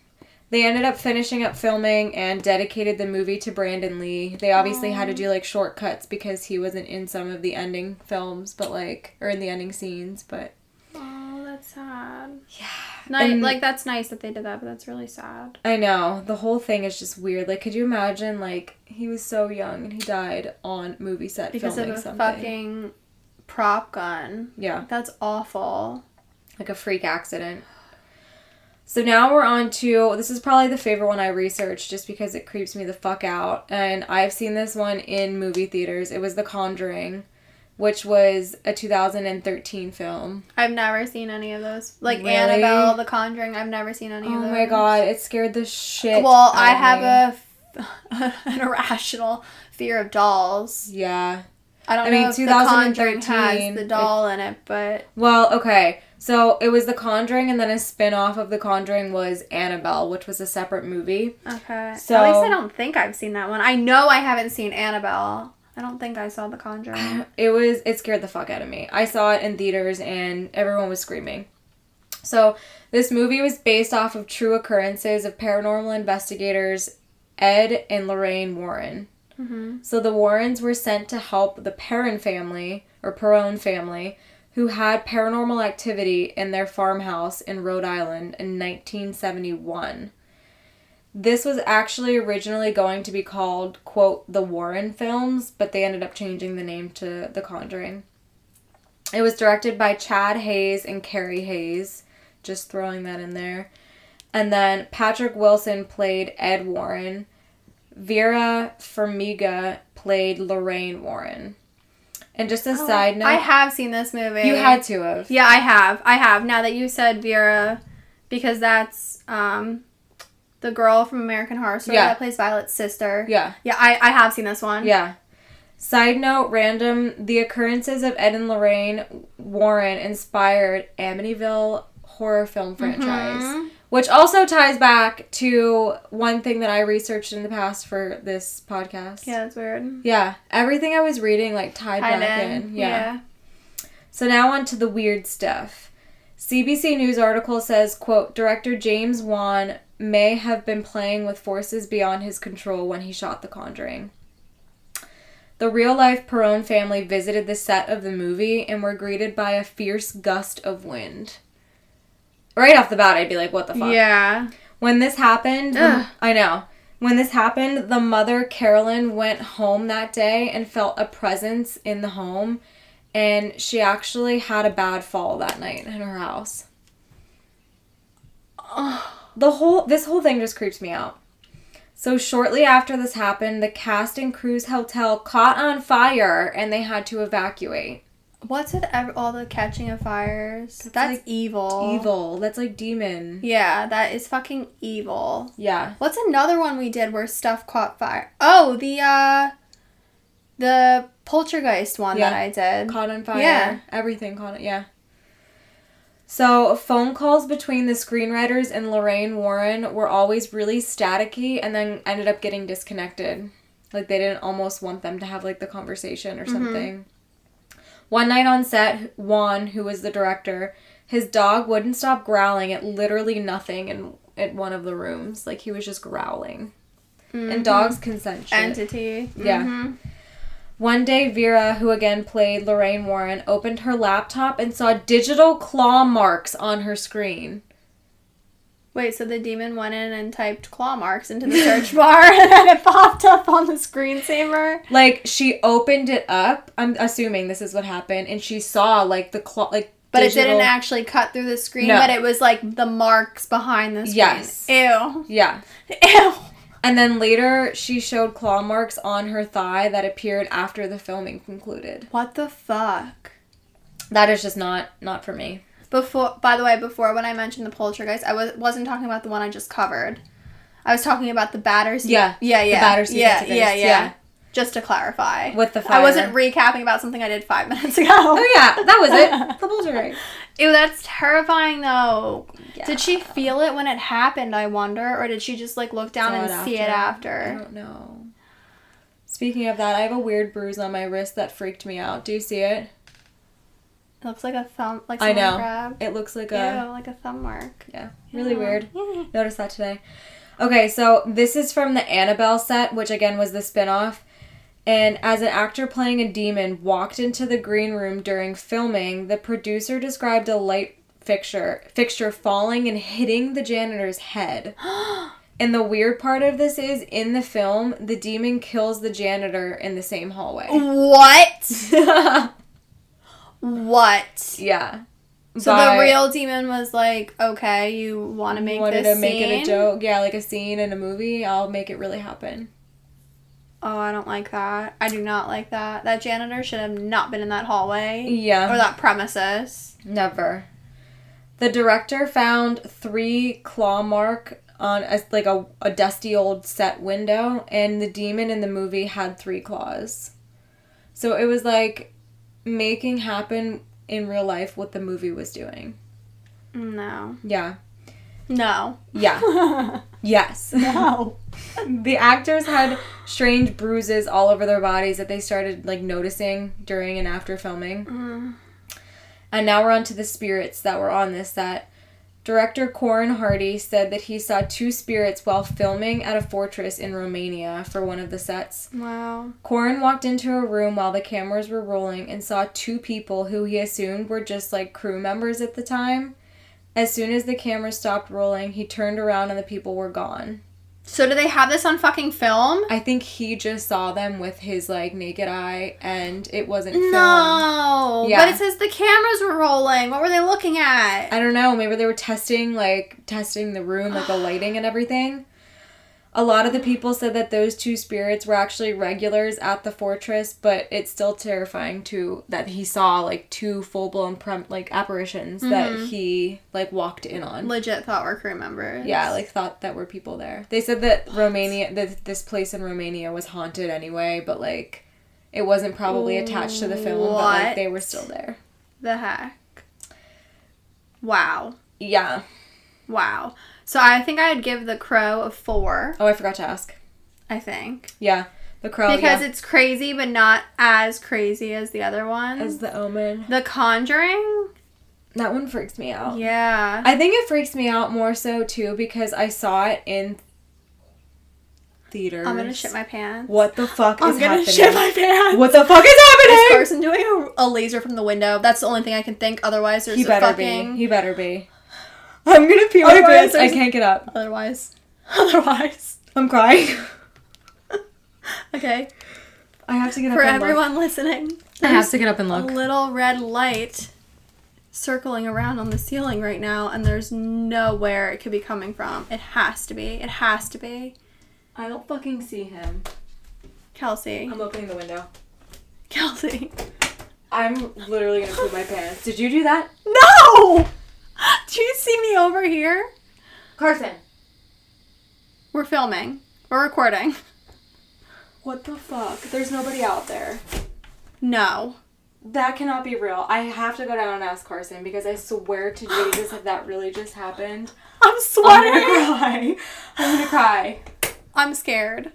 B: They ended up finishing up filming and dedicated the movie to Brandon Lee. They obviously had to do like shortcuts because he wasn't in some of the ending films, but like or in the ending scenes, but
A: Oh, that's sad.
B: yeah.
A: Ni-
B: And-
A: like that's nice that they did that, but that's really sad.
B: I know. The whole thing is just weird. Like could you imagine like he was so young and he died on movie set
A: Because of
B: filming
A: a
B: something.
A: fucking prop gun.
B: yeah,
A: That's awful.
B: like a freak accident. So now we're on to this is probably the favorite one I researched just because it creeps me the fuck out. And I've seen this one in movie theaters. It was The Conjuring, which was a 2013 film.
A: I've never seen any of those. Like
B: Really?
A: Annabelle, The Conjuring. I've never seen any
B: Oh
A: of those.
B: my god, it scared the shit.
A: Well,
B: out
A: I
B: of
A: have
B: me.
A: a an irrational fear of dolls.
B: Yeah.
A: I don't
B: I mean,
A: know if The Conjuring
B: 2013,
A: has the doll in it, but
B: Well, okay. So it was The Conjuring, and then a spin off of The Conjuring was Annabelle, which was a separate movie.
A: okay.
B: So-
A: At least I don't think I've seen that one. I know I haven't seen Annabelle. I don't think I saw The Conjuring.
B: It was it scared the fuck out of me. I saw it in theaters and everyone was screaming. So this movie was based off of true occurrences of paranormal investigators Ed and Lorraine Warren.
A: hmm
B: So the Warrens were sent to help the Perrin family or Perron family who had paranormal activity in their farmhouse in Rhode Island in 1971. This was actually originally going to be called, quote, the Warren Films, but they ended up changing the name to The Conjuring. It was directed by Chad Hayes and Carrie Hayes, just throwing that in there. And then Patrick Wilson played Ed Warren. Vera Farmiga played Lorraine Warren. And just a side note,
A: Oh, I have seen this movie.
B: you had to have.
A: Yeah, I have. I have. Now that you said Vera, because that's um, the girl from American Horror Story
B: Yeah.
A: that plays Violet's sister.
B: Yeah.
A: Yeah, I, I have seen this one.
B: Yeah. Side note, random, the occurrences of Ed and Lorraine Warren inspired Amityville horror film franchise,
A: Mhm.
B: which also ties back to one thing that I researched in the past for this podcast.
A: Yeah, it's weird.
B: Yeah. Everything I was reading like tied
A: Hi,
B: back
A: Ben.
B: in. yeah. So now on to the weird stuff. CBC News article says, quote, director James Wan may have been playing with forces beyond his control when he shot The Conjuring. The real life Perron family visited the set of the movie and were greeted by a fierce gust of wind. Right off the bat, I'd be like, what the fuck?
A: Yeah.
B: When this happened,
A: Ugh.
B: I know. When this happened, the mother, Carolyn, went home that day and felt a presence in the home, and she actually had a bad fall that night in her house. The whole this whole thing just creeps me out. So shortly after this happened, the cast and crew's hotel caught on fire and they had to evacuate.
A: What's with ev- all the catching of fires? That's,
B: like
A: evil.
B: Evil. That's like demon.
A: Yeah, that is fucking evil.
B: Yeah.
A: What's another one we did where stuff caught fire? Oh, the uh the poltergeist one that
B: Yeah.
A: I did.
B: caught on fire.
A: Yeah.
B: Everything caught on yeah. So phone calls between the screenwriters and Lorraine Warren were always really staticky and then ended up getting disconnected. Like they didn't almost want them to have like the conversation or something. One night on set, Juan, who was the director, his dog wouldn't stop growling at literally nothing in at one of the rooms. Like he was just growling.
A: Mm-hmm.
B: And dogs can sense shit.
A: Entity.
B: Yeah.
A: Mhm.
B: One day, Vera, who again played Lorraine Warren, opened her laptop and saw digital claw marks on her screen.
A: Wait, so the demon went in and typed claw marks into the search bar and then it popped up on the screensaver.
B: Like she opened it up. I'm assuming this is what happened, and she saw like the claw, like
A: But it
B: digital-
A: didn't actually cut through the screen,
B: No.
A: but it was like the marks behind the screen.
B: Yes.
A: Ew.
B: Yeah,
A: Ew.
B: and then later she showed claw marks on her thigh that appeared after the filming concluded.
A: What the fuck?
B: That is just not not for me.
A: Before, by the way, before when I mentioned the poltergeist, I was wasn't talking about the one I just covered. I was talking about the Battersea.
B: Yeah,
A: yeah, yeah,
B: Battersea
A: yeah,
B: poltergeist,
A: yeah, yeah,
B: yeah.
A: Just to clarify,
B: With the
A: I wasn't
B: fire.
A: recapping about something I did five minutes ago.
B: Oh yeah, that was it. the poltergeist.
A: Ew, that's terrifying though.
B: Yeah.
A: Did she feel it when it happened? I wonder, or did she just like look down
B: Saw
A: and
B: it Mm-hmm.
A: see it
B: I
A: after?
B: don't know. Speaking of that, I have a weird bruise on my wrist that freaked me out. Do you see it?
A: It looks like a thumb, like
B: I
A: someone
B: know.
A: grabbed.
B: It looks like a
A: Ew, like a thumb mark.
B: yeah, really weird.
A: Yeah.
B: Noticed that today. Okay, so this is from the Annabelle set, which again was the spin-off. And as an actor playing a demon walked into the green room during filming, the producer described a light fixture fixture falling and hitting the janitor's head. And the weird part of this is in the film, the demon kills the janitor in the same
A: Oh
B: hallway.
A: What? What?
B: yeah.
A: So
B: by-
A: the real demon was like, okay, you want to make
B: wanted
A: this
B: to make
A: scene?
B: it a joke. Yeah, like a scene in a movie. I'll make it really happen.
A: Oh, I don't like that. I do not like that. That janitor should have not been in that hallway
B: Yeah.
A: or that premises.
B: Never. The director found three claw mark on a, like a, a dusty old set window, and the demon in the movie had three claws. So it was like making happen in real life what the movie was doing.
A: No.
B: Yeah.
A: No.
B: Yeah. yes.
A: no.
B: the actors had strange bruises all over their bodies that they started like noticing during and after filming. And now we're on to the spirits that were on this set. Director Corin Hardy said that he saw two spirits while filming at a fortress in Romania for one of the sets.
A: Wow.
B: Corin walked into a room while the cameras were rolling and saw two people who he assumed were just like crew members at the time. As soon as the cameras stopped rolling, he turned around and the people were gone.
A: So do they have this on fucking film?
B: I think he just saw them with his like naked eye, and it wasn't filmed.
A: No.
B: Yeah.
A: But it says the cameras were rolling. What were they looking at?
B: I don't know. Maybe they were testing like testing the room, like the lighting and everything. A lot of the people said that those two spirits were actually regulars at the fortress, but it's still terrifying to that he saw like two full blown prem- like apparitions that he like walked in on.
A: Legit thought were crew members.
B: Yeah, like thought that were people there. They said that Romania, that this place in Romania was haunted anyway, but like it wasn't probably attached to the film, but like
A: What?
B: they were still there.
A: the heck. Wow.
B: Yeah.
A: Wow. So I think I'd give The Crow a four.
B: Oh, I forgot to ask.
A: I think
B: Yeah, the crow.
A: because
B: Oh, yeah.
A: it's crazy, but not as crazy as the other ones.
B: as the omen.
A: the Conjuring.
B: That one freaks me out.
A: Yeah.
B: I think it freaks me out more so too because I saw it in theaters.
A: I'm gonna shit my pants.
B: What the fuck
A: I'm
B: is
A: gonna
B: happening?
A: shit my pants.
B: what the fuck is
A: Is
B: happening?
A: Carson doing a, a laser from the window? That's the only thing I can think. Otherwise, there's
B: He
A: a
B: better
A: fucking.
B: be. He better be. I'm gonna pee my
A: Otherwise
B: pants. I
A: there's-
B: can't get up.
A: Otherwise, otherwise.
B: I'm crying.
A: Okay.
B: I have to get up
A: For
B: and look.
A: everyone listening,
B: I have to get up and
A: a
B: look.
A: little red light circling around on the ceiling right now, and there's nowhere it could be coming from. It has to be. It has to be.
B: I don't fucking see him.
A: Kelsey.
B: I'm opening the window.
A: Kelsey.
B: I'm literally gonna poop my pants. Did you do that?
A: No! Do you see me over here?
B: Carson.
A: We're filming. We're recording.
B: What the fuck? There's nobody out there.
A: No.
B: That cannot be real. I have to go down and ask Carson because I swear to Jesus if that really just happened.
A: I'm
B: I'm gonna cry. I'm gonna cry.
A: I'm scared.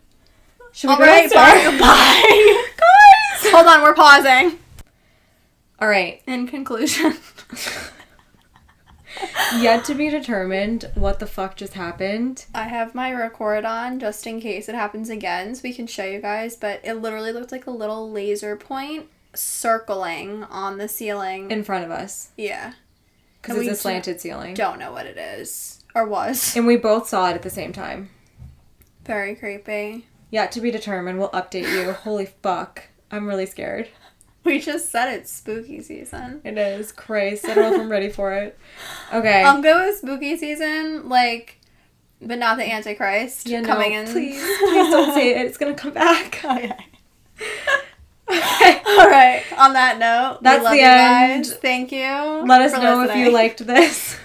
B: Should
A: All right, bye. Bye. Guys! Hold on, we're pausing.
B: Alright.
A: In conclusion.
B: Yet to be determined what the fuck just happened.
A: I have my record on just in case it happens again so we can show you guys, but it literally looked like a little laser point circling on the ceiling.
B: In front of us.
A: yeah.
B: Because
A: And we
B: it's a
A: do-
B: slanted ceiling.
A: Don't know what it is. Or was.
B: And we both saw it at the same time.
A: Very creepy.
B: Yet to be determined. We'll update you. Holy fuck. I'm really scared.
A: We just said it's spooky season.
B: It is. Christ. I don't know if I'm ready for it. Um, Okay.
A: I'll go with spooky season, like, but not the Antichrist
B: Yeah, no,
A: coming in.
B: Please, please don't say it. It's going to come back.
A: Okay.
B: Okay.
A: All right. On that note, we
B: That's
A: love
B: the
A: you guys.
B: end.
A: Thank you.
B: Let us
A: for
B: know if you
A: listening.
B: liked this.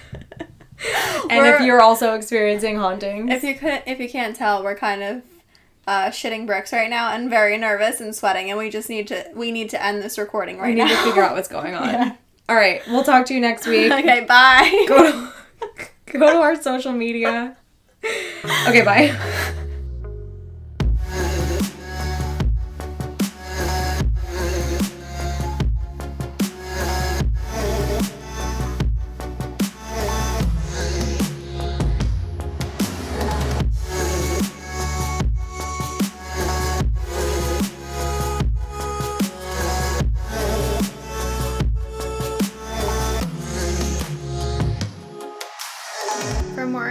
B: and if
A: We're-
B: you're also experiencing haunting.
A: If you could, if you can't tell, we're kind of uh, shitting bricks right now and very nervous and sweating, and we just need to we need to end this recording right
B: We need
A: now.
B: to figure out what's going on. All right. We'll talk to you next week.
A: okay. Bye.
B: Go to, go to our social media. Okay, bye.
A: For more